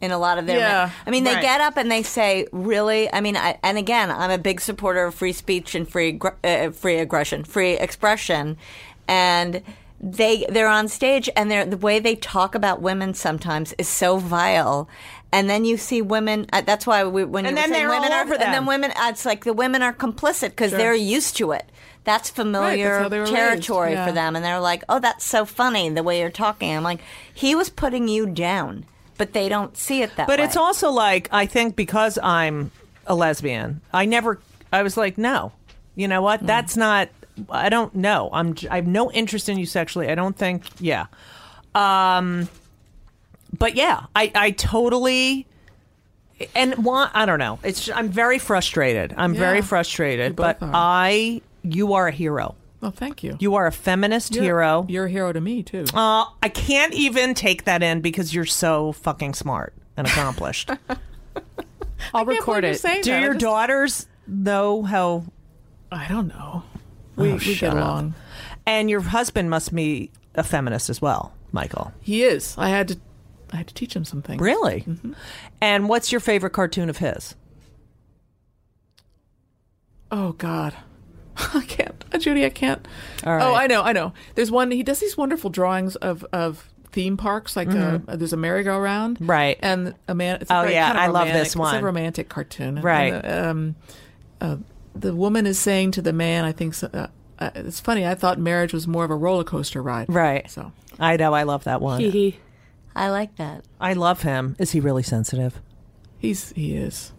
S4: in a lot of their.
S5: Yeah,
S4: I mean, they
S2: right.
S4: get up and they say, "Really?" I mean, I, and again, I'm a big supporter of free speech and free aggr- uh, free aggression, free expression, and they they're on stage and they're the way they talk about women sometimes is so vile. And then you see women. Uh, that's why we, when
S2: And
S4: you were
S2: then
S4: saying
S2: they're
S4: women
S2: all
S4: are,
S2: over
S4: and then
S2: them.
S4: women, uh, it's like the women are complicit because they're used to it. That's familiar
S5: how they were raised,
S4: territory
S5: yeah.
S4: for them them and they're like, "Oh, that's so funny the way you're talking." I'm like, "He was putting you down." But they don't see it that
S2: But
S4: way.
S2: it's also like I think because I'm a lesbian, I never. I was like, no, you know
S5: Hmm.
S2: what? That's not. I don't know. I'm. j- I have no interest in you sexually. I don't think. Yeah. Um. But yeah, I. I totally. And want I don't know. It's just, I'm very frustrated. I'm very
S5: Yeah.
S2: frustrated.
S5: You both
S2: But
S5: are.
S2: I. You are a hero.
S5: well, thank you.
S2: You are a feminist
S5: You're-
S2: hero.
S5: You're a hero to me too.
S2: Uh, I can't even take that in because you're so fucking smart and accomplished.
S3: I'll record
S5: you're
S3: it.
S5: saying
S2: Do
S5: that. I
S2: your
S5: just-
S2: daughters know how?
S5: I don't know. We, we
S2: Oh, shut
S5: get
S2: up.
S5: along.
S2: And your husband must be a feminist as well, Michael.
S5: He is. I had to. I had to teach him something.
S2: Really?
S5: Mm-hmm.
S2: And what's your favorite cartoon of his?
S5: Oh God, I can't, uh, Judy. I can't.
S2: All right.
S5: Oh, I know, I know. There's one. He does these wonderful drawings of of theme parks, like uh there's a merry-go-round,
S2: Mm-hmm. Right.
S5: And a man. It's a
S2: Oh,
S5: very
S2: yeah,
S5: kind of
S2: I love this
S5: romantic-
S2: one.
S5: It's a romantic cartoon, And-
S2: Right.
S5: and the, um, uh, the woman is saying to the man, "I think so, uh, uh, it's funny. I thought marriage was more of a roller coaster ride,
S2: Right.
S5: So
S2: I know. I love that one.
S3: Hee hee.
S4: I like that.
S2: I love him. Is he really sensitive?
S5: he's he is,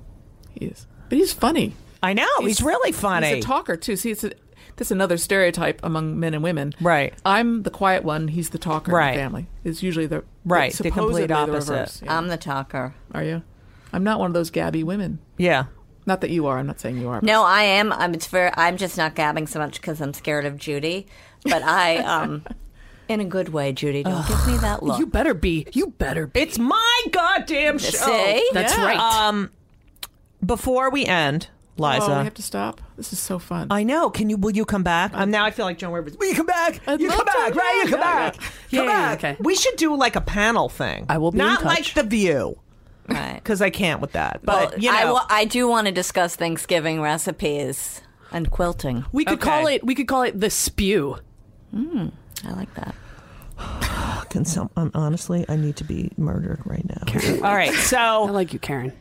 S5: he is, but he's funny.
S2: I know. Oh, He's, really funny.
S5: He's a talker too. See, it's a, that's another stereotype among men and women.
S2: Right.
S5: I'm the quiet one. He's the talker. in the
S2: Right.
S5: family is usually the
S2: Right, the
S5: supposedly
S2: complete opposite.
S5: reverse. Yeah.
S4: I'm the talker.
S5: Are you? I'm not one of those gabby women.
S2: Yeah.
S5: Not that you are. I'm not saying you are. but-
S4: No, I am. I'm. It's very. I'm just not gabbing so much because I'm scared of Judy, but I, um, in a good way, Judy. Don't give me that look.
S3: You better be. You better be.
S2: It's my goddamn show. Um,
S4: See?
S3: That's
S5: Yeah.
S3: right.
S2: Before we end,
S5: Oh,
S2: Liza.
S5: we have to stop. This is so fun.
S2: I know. Can you? Will you come back? Um, now I feel like Joan Weber. Will you come back?
S5: I'd
S2: you
S5: love
S2: come
S5: to,
S2: back, right? You
S5: yeah,
S2: come
S5: yeah,
S2: back.
S3: yeah.
S2: Come
S3: Yeah, yeah,
S2: back.
S3: okay.
S2: We should do like a panel thing.
S3: I will be in
S2: not like
S3: touch.
S2: the View
S4: Right.
S2: because I can't with that. But
S4: Well,
S2: you know,
S4: I, wa- I do want to discuss Thanksgiving recipes and quilting.
S3: we could call
S2: okay.
S3: it. We could call it the spew.
S4: I like that.
S2: Can some- um, honestly, I need to be murdered right now. All right.
S3: I
S2: So,
S3: like you, Karen.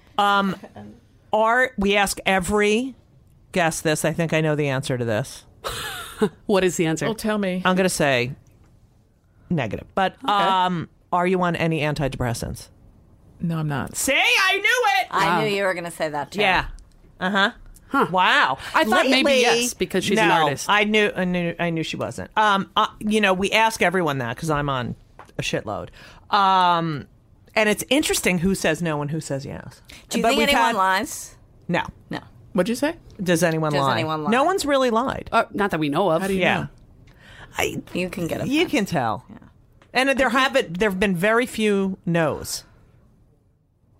S2: are we ask every guest this? I think I know the answer to this.
S3: What is the answer?
S5: Oh, tell me.
S2: I'm going to say negative, but um, are you on any antidepressants?
S5: No, I'm not.
S2: See, I knew it.
S4: I knew you were going to say that too.
S2: Yeah. Uh huh. Wow.
S3: I thought maybe
S2: Lately-
S3: yes, because she's an
S2: No,
S3: artist.
S2: I knew, I knew, I knew she wasn't. Um, uh, you know, we ask everyone that because I'm on a shitload. Um, and it's interesting who says no and who says yes.
S4: Do you
S2: But
S4: think
S2: we've
S4: anyone
S2: had-
S4: lies?
S2: No.
S4: No.
S5: What'd you say?
S2: Does anyone
S4: Does
S2: lie?
S4: anyone lie?
S2: No one's really lied.
S3: Uh, not that we know of.
S5: How do you
S2: yeah.
S5: know?
S2: I,
S4: You can get a
S2: you can tell. And there have it, there have been very few no's.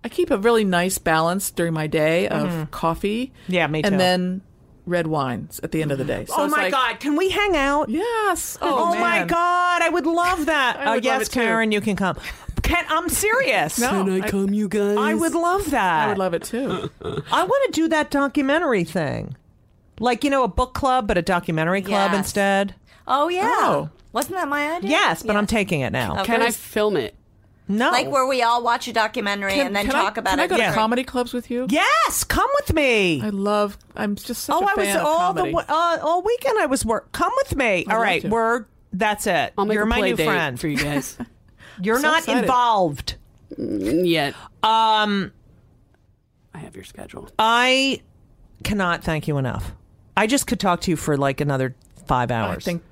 S5: I keep a really nice balance during my day of coffee.
S2: Mm-hmm. Yeah, me too.
S5: And then red wines at the end of the day. So
S2: oh
S5: it's
S2: my
S5: like,
S2: God! Can we hang out?
S5: Yes.
S2: Oh,
S5: Oh,
S2: my
S5: man.
S2: God! I would love that.
S5: I
S2: Oh
S5: would love
S2: yes,
S5: it too.
S2: Karen, you can come. Can I'm serious.
S5: No.
S3: Can I
S5: I-
S3: come, you guys?
S2: I would love that.
S5: I would love it too.
S2: I want to do that documentary thing, like you know, a book club, but a documentary club
S4: Yes.
S2: instead.
S4: Oh, yeah.
S5: Oh.
S4: Wasn't that my idea?
S2: Yes, but I'm taking it now.
S4: Okay.
S3: Can I film it?
S2: No,
S4: Like where we all watch a documentary and then
S5: can
S4: talk
S5: I,
S4: about
S5: can
S4: it.
S5: I go
S2: Yeah.
S5: to comedy clubs with you?
S2: yes, come with me.
S5: I love. I'm just such
S2: oh,
S5: a
S2: I
S5: fan
S2: was
S5: of
S2: all
S5: comedy.
S2: the wa- uh, all weekend. I was work. Come with me. all
S5: love
S2: right,
S5: to.
S2: we're that's it.
S3: I'll make
S2: You're
S3: a
S2: my
S3: play
S2: new
S3: date
S2: friend.
S3: for you guys.
S2: You're
S5: So
S2: not
S5: excited.
S2: involved.
S3: Yet
S2: Um,
S3: I have your schedule.
S2: I cannot thank you enough. I just could talk to you for like another five
S5: I
S2: hours.
S5: think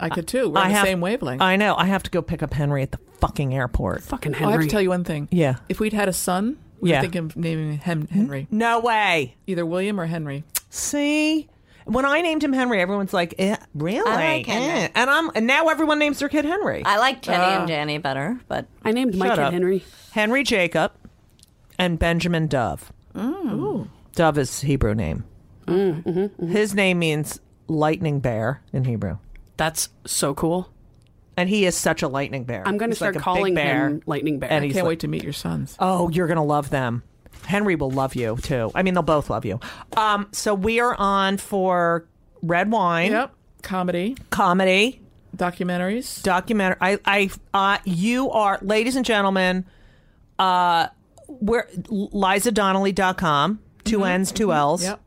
S5: I could too. We're on
S2: I
S5: the
S2: have-
S5: same wavelength.
S2: I know. I have to go pick up Henry at the fucking airport.
S3: Fucking
S5: Oh,
S3: Henry.
S5: I have to tell you one thing.
S2: Yeah.
S5: If we'd had a son, we
S2: Yeah. Mm-hmm.
S5: were thinking of naming him Henry.
S2: No way.
S5: Either William or Henry.
S2: See, when I named him Henry, everyone's like, eh, "Really?"
S4: I like Henry.
S2: Eh. And I'm and now everyone names their kid Henry.
S4: I like Teddy
S2: Uh.
S4: and Danny better, but
S3: I named my
S2: Shut
S3: kid
S2: up.
S3: Henry.
S2: Henry Jacob and Benjamin Dove.
S5: Mm.
S2: Dove is Hebrew name.
S3: Mm, mm-hmm,
S2: His name means lightning bear in Hebrew,
S3: That's so cool.
S2: and he is such a lightning bear.
S3: I'm going to
S2: He's like
S3: start
S2: a big
S3: calling
S2: bear.
S3: him Lightning Bear.
S2: And he's
S5: Can't
S2: like-
S5: wait to meet your sons.
S2: Oh, you're gonna love them. Henry will love you too. I mean, they'll both love you. Um, so we are on for red wine,
S5: Yep. Comedy,
S2: comedy,
S5: documentaries.
S2: documentary. I, I, uh, you are, ladies and gentlemen, uh, we're LizaDonnelly.com, 2 N's, two L's,
S5: Mm-hmm. Yep.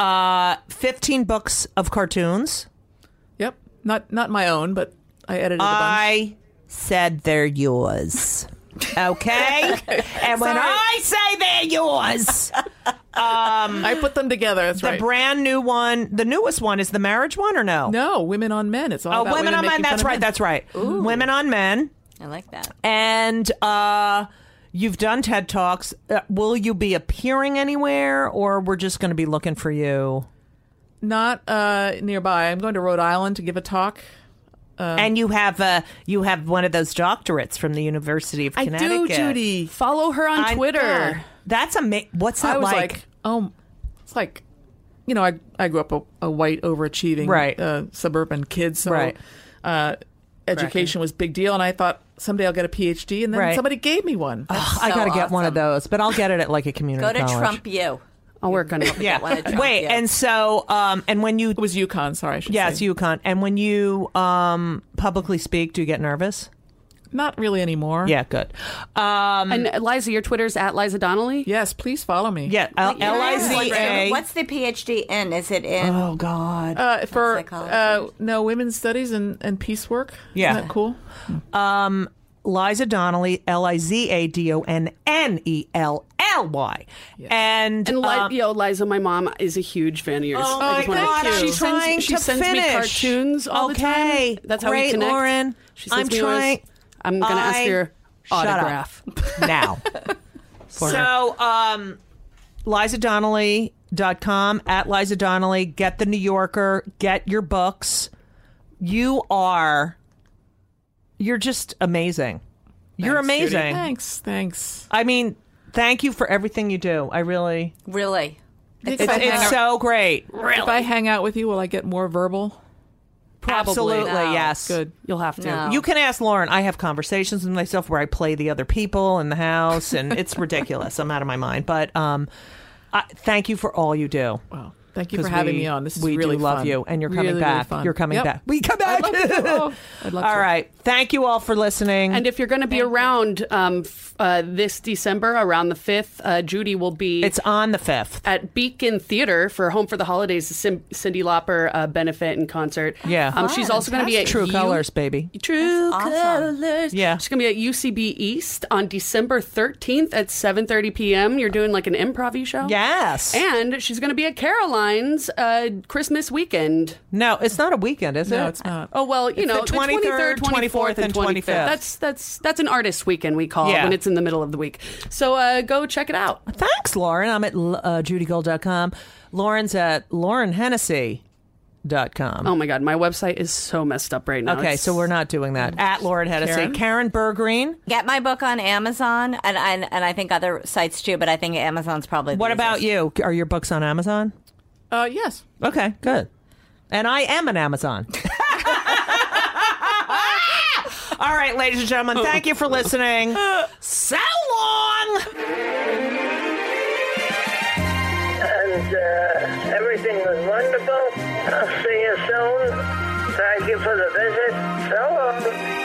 S2: uh, 15 books of cartoons.
S5: Yep. Not not my own, but I edited a bunch.
S2: I said they're yours. Okay? And when
S5: Sorry.
S2: I say they're yours,
S5: I put them together. That's
S2: the
S5: right.
S2: brand new one, the newest one is the marriage one or no?
S5: no, women on men. It's all
S2: Oh,
S5: about
S2: women, on men.
S5: making fun
S2: That's
S5: of
S2: right.
S5: men.
S2: That's right. Women on men.
S4: I like that.
S2: and uh, you've done TED Talks. Uh, will you be appearing anywhere, or we're just going to be looking for you?
S5: not uh, nearby. I'm going to Rhode Island to give a talk. Oh.
S2: and you have uh, you have one of those doctorates from the University of
S5: I
S2: Connecticut.
S5: do, Judy.
S3: Follow her on
S2: I-
S3: Twitter.
S2: yeah. That's amazing. What's that
S5: I was
S2: like?
S5: like, oh, it's like, you know, I I grew up a, a white overachieving
S2: Right.
S5: uh, suburban kid, so
S2: Right.
S5: uh, education was big deal, and I thought someday I'll get a PhD, and then
S2: Right.
S5: somebody gave me one.
S2: Ugh, I
S4: so
S2: got to get one of
S4: awesome.
S2: those, but I'll get it at like a community
S4: Go to
S2: college.
S4: Trump U.
S3: I'll work on it.
S2: Yeah.
S4: one at Trump,
S2: Wait,
S4: yeah.
S2: and so um, and when you
S5: it was UConn. Sorry, I should
S2: yes,
S5: say.
S2: UConn, and when you um, publicly speak, do you get nervous?
S5: Not really anymore.
S2: Yeah, good. Um,
S3: And uh, Liza, your Twitter's at Liza Donnelly.
S5: Yes, please follow me.
S2: yeah, L I Z A.
S4: What's the PhD in? Is it in?
S2: Oh God.
S5: Uh, for uh,
S4: psychologist.
S5: no women's studies and, and piecework.
S2: Yeah.
S5: Isn't that cool?
S2: Liza Donnelly, L I Z A D O N N E L L Y. And,
S3: And oh Li-
S2: um,
S3: yo, Liza, my mom is a huge fan of yours.
S2: Oh
S3: I
S2: my
S3: just wanna-
S2: God, I'm
S3: she
S2: trying
S3: sends, she
S2: to
S3: sends
S2: finish.
S3: me cartoons all
S2: Okay,
S3: the time. That's how
S2: great,
S3: we connect.
S2: Lauren.
S3: She sends
S2: I'm
S3: me yours.
S2: trying-
S3: I'm gonna ask
S2: I-
S3: for your
S2: Shut up.
S3: autograph.
S2: now.
S5: for her.
S2: So, um, LizaDonnelly.com, at Liza Donnelly, get the New Yorker, get your books. You are, you're just amazing. you're
S5: Thanks, Judy.
S2: amazing.
S5: Thanks, thanks.
S2: I mean, thank you for everything you do. I really,
S4: Really.
S5: if, I hang
S2: it's
S5: out-
S2: so great.
S5: if I hang out with you, will I get more verbal?
S2: Absolutely,
S4: No.
S2: yes.
S5: Good. You'll have to.
S4: No.
S2: You can ask Lauren. I have conversations with myself where I play the other people in the house, and it's ridiculous. I'm out of my mind. But um, I, thank you for all you do.
S5: Wow. Thank you
S2: 'Cause
S5: for having
S2: we-
S5: me on. This is
S2: we do
S5: really
S2: love
S5: fun.
S2: you, and you're coming
S5: Really, really
S2: back.
S5: fun.
S2: You're coming
S5: Yep.
S2: back. We come
S5: I'd
S2: back.
S5: love to. Oh, I'd love
S2: all
S5: to.
S2: right. Thank you all for listening.
S3: And if you're going to be around um, f- uh, this December, around the 5th, uh, Judy will be
S2: it's on the fifth.
S3: at Beacon Theater for Home for the Holidays, the Sim- Cindy Lauper uh, benefit and concert.
S2: Yeah.
S3: Um, she's also going to be at
S2: True
S3: U-
S2: colors, baby.
S3: True
S4: That's awesome.
S3: colors.
S2: Yeah.
S3: she's gonna be at UCB East on December thirteenth at seven thirty p.m. You're doing like an improv show.
S2: Yes.
S3: and she's gonna be at Caroline's uh, Christmas weekend.
S2: no, it's not a weekend, is it?
S5: No, it's not.
S3: Oh well, you
S2: It's
S3: know
S2: the 23rd,
S3: 24th, and 25th.
S2: 25th.
S3: That's that's that's an artist weekend we call it
S2: Yeah.
S3: when it's in the middle of the week. So uh, go check it out.
S2: Thanks, Lauren. I'm at uh, judygold.com. Lauren's at laurenhennessy.com.
S3: Oh my god, my website is so messed up right now.
S2: Okay,
S3: It's-
S2: so we're not doing that. At Lauren Hennessy. Karen Bergreen.
S4: Get my book on Amazon and, and and I think other sites too, but I think Amazon's probably. the
S2: What about
S4: easiest.
S2: you? Are your books on Amazon?
S5: Uh, yes.
S2: Okay, good. And I am an Amazon. All right, ladies and gentlemen, thank you for listening. So long!
S6: and uh, everything was wonderful. I'll see you soon. Thank you for the visit. So long.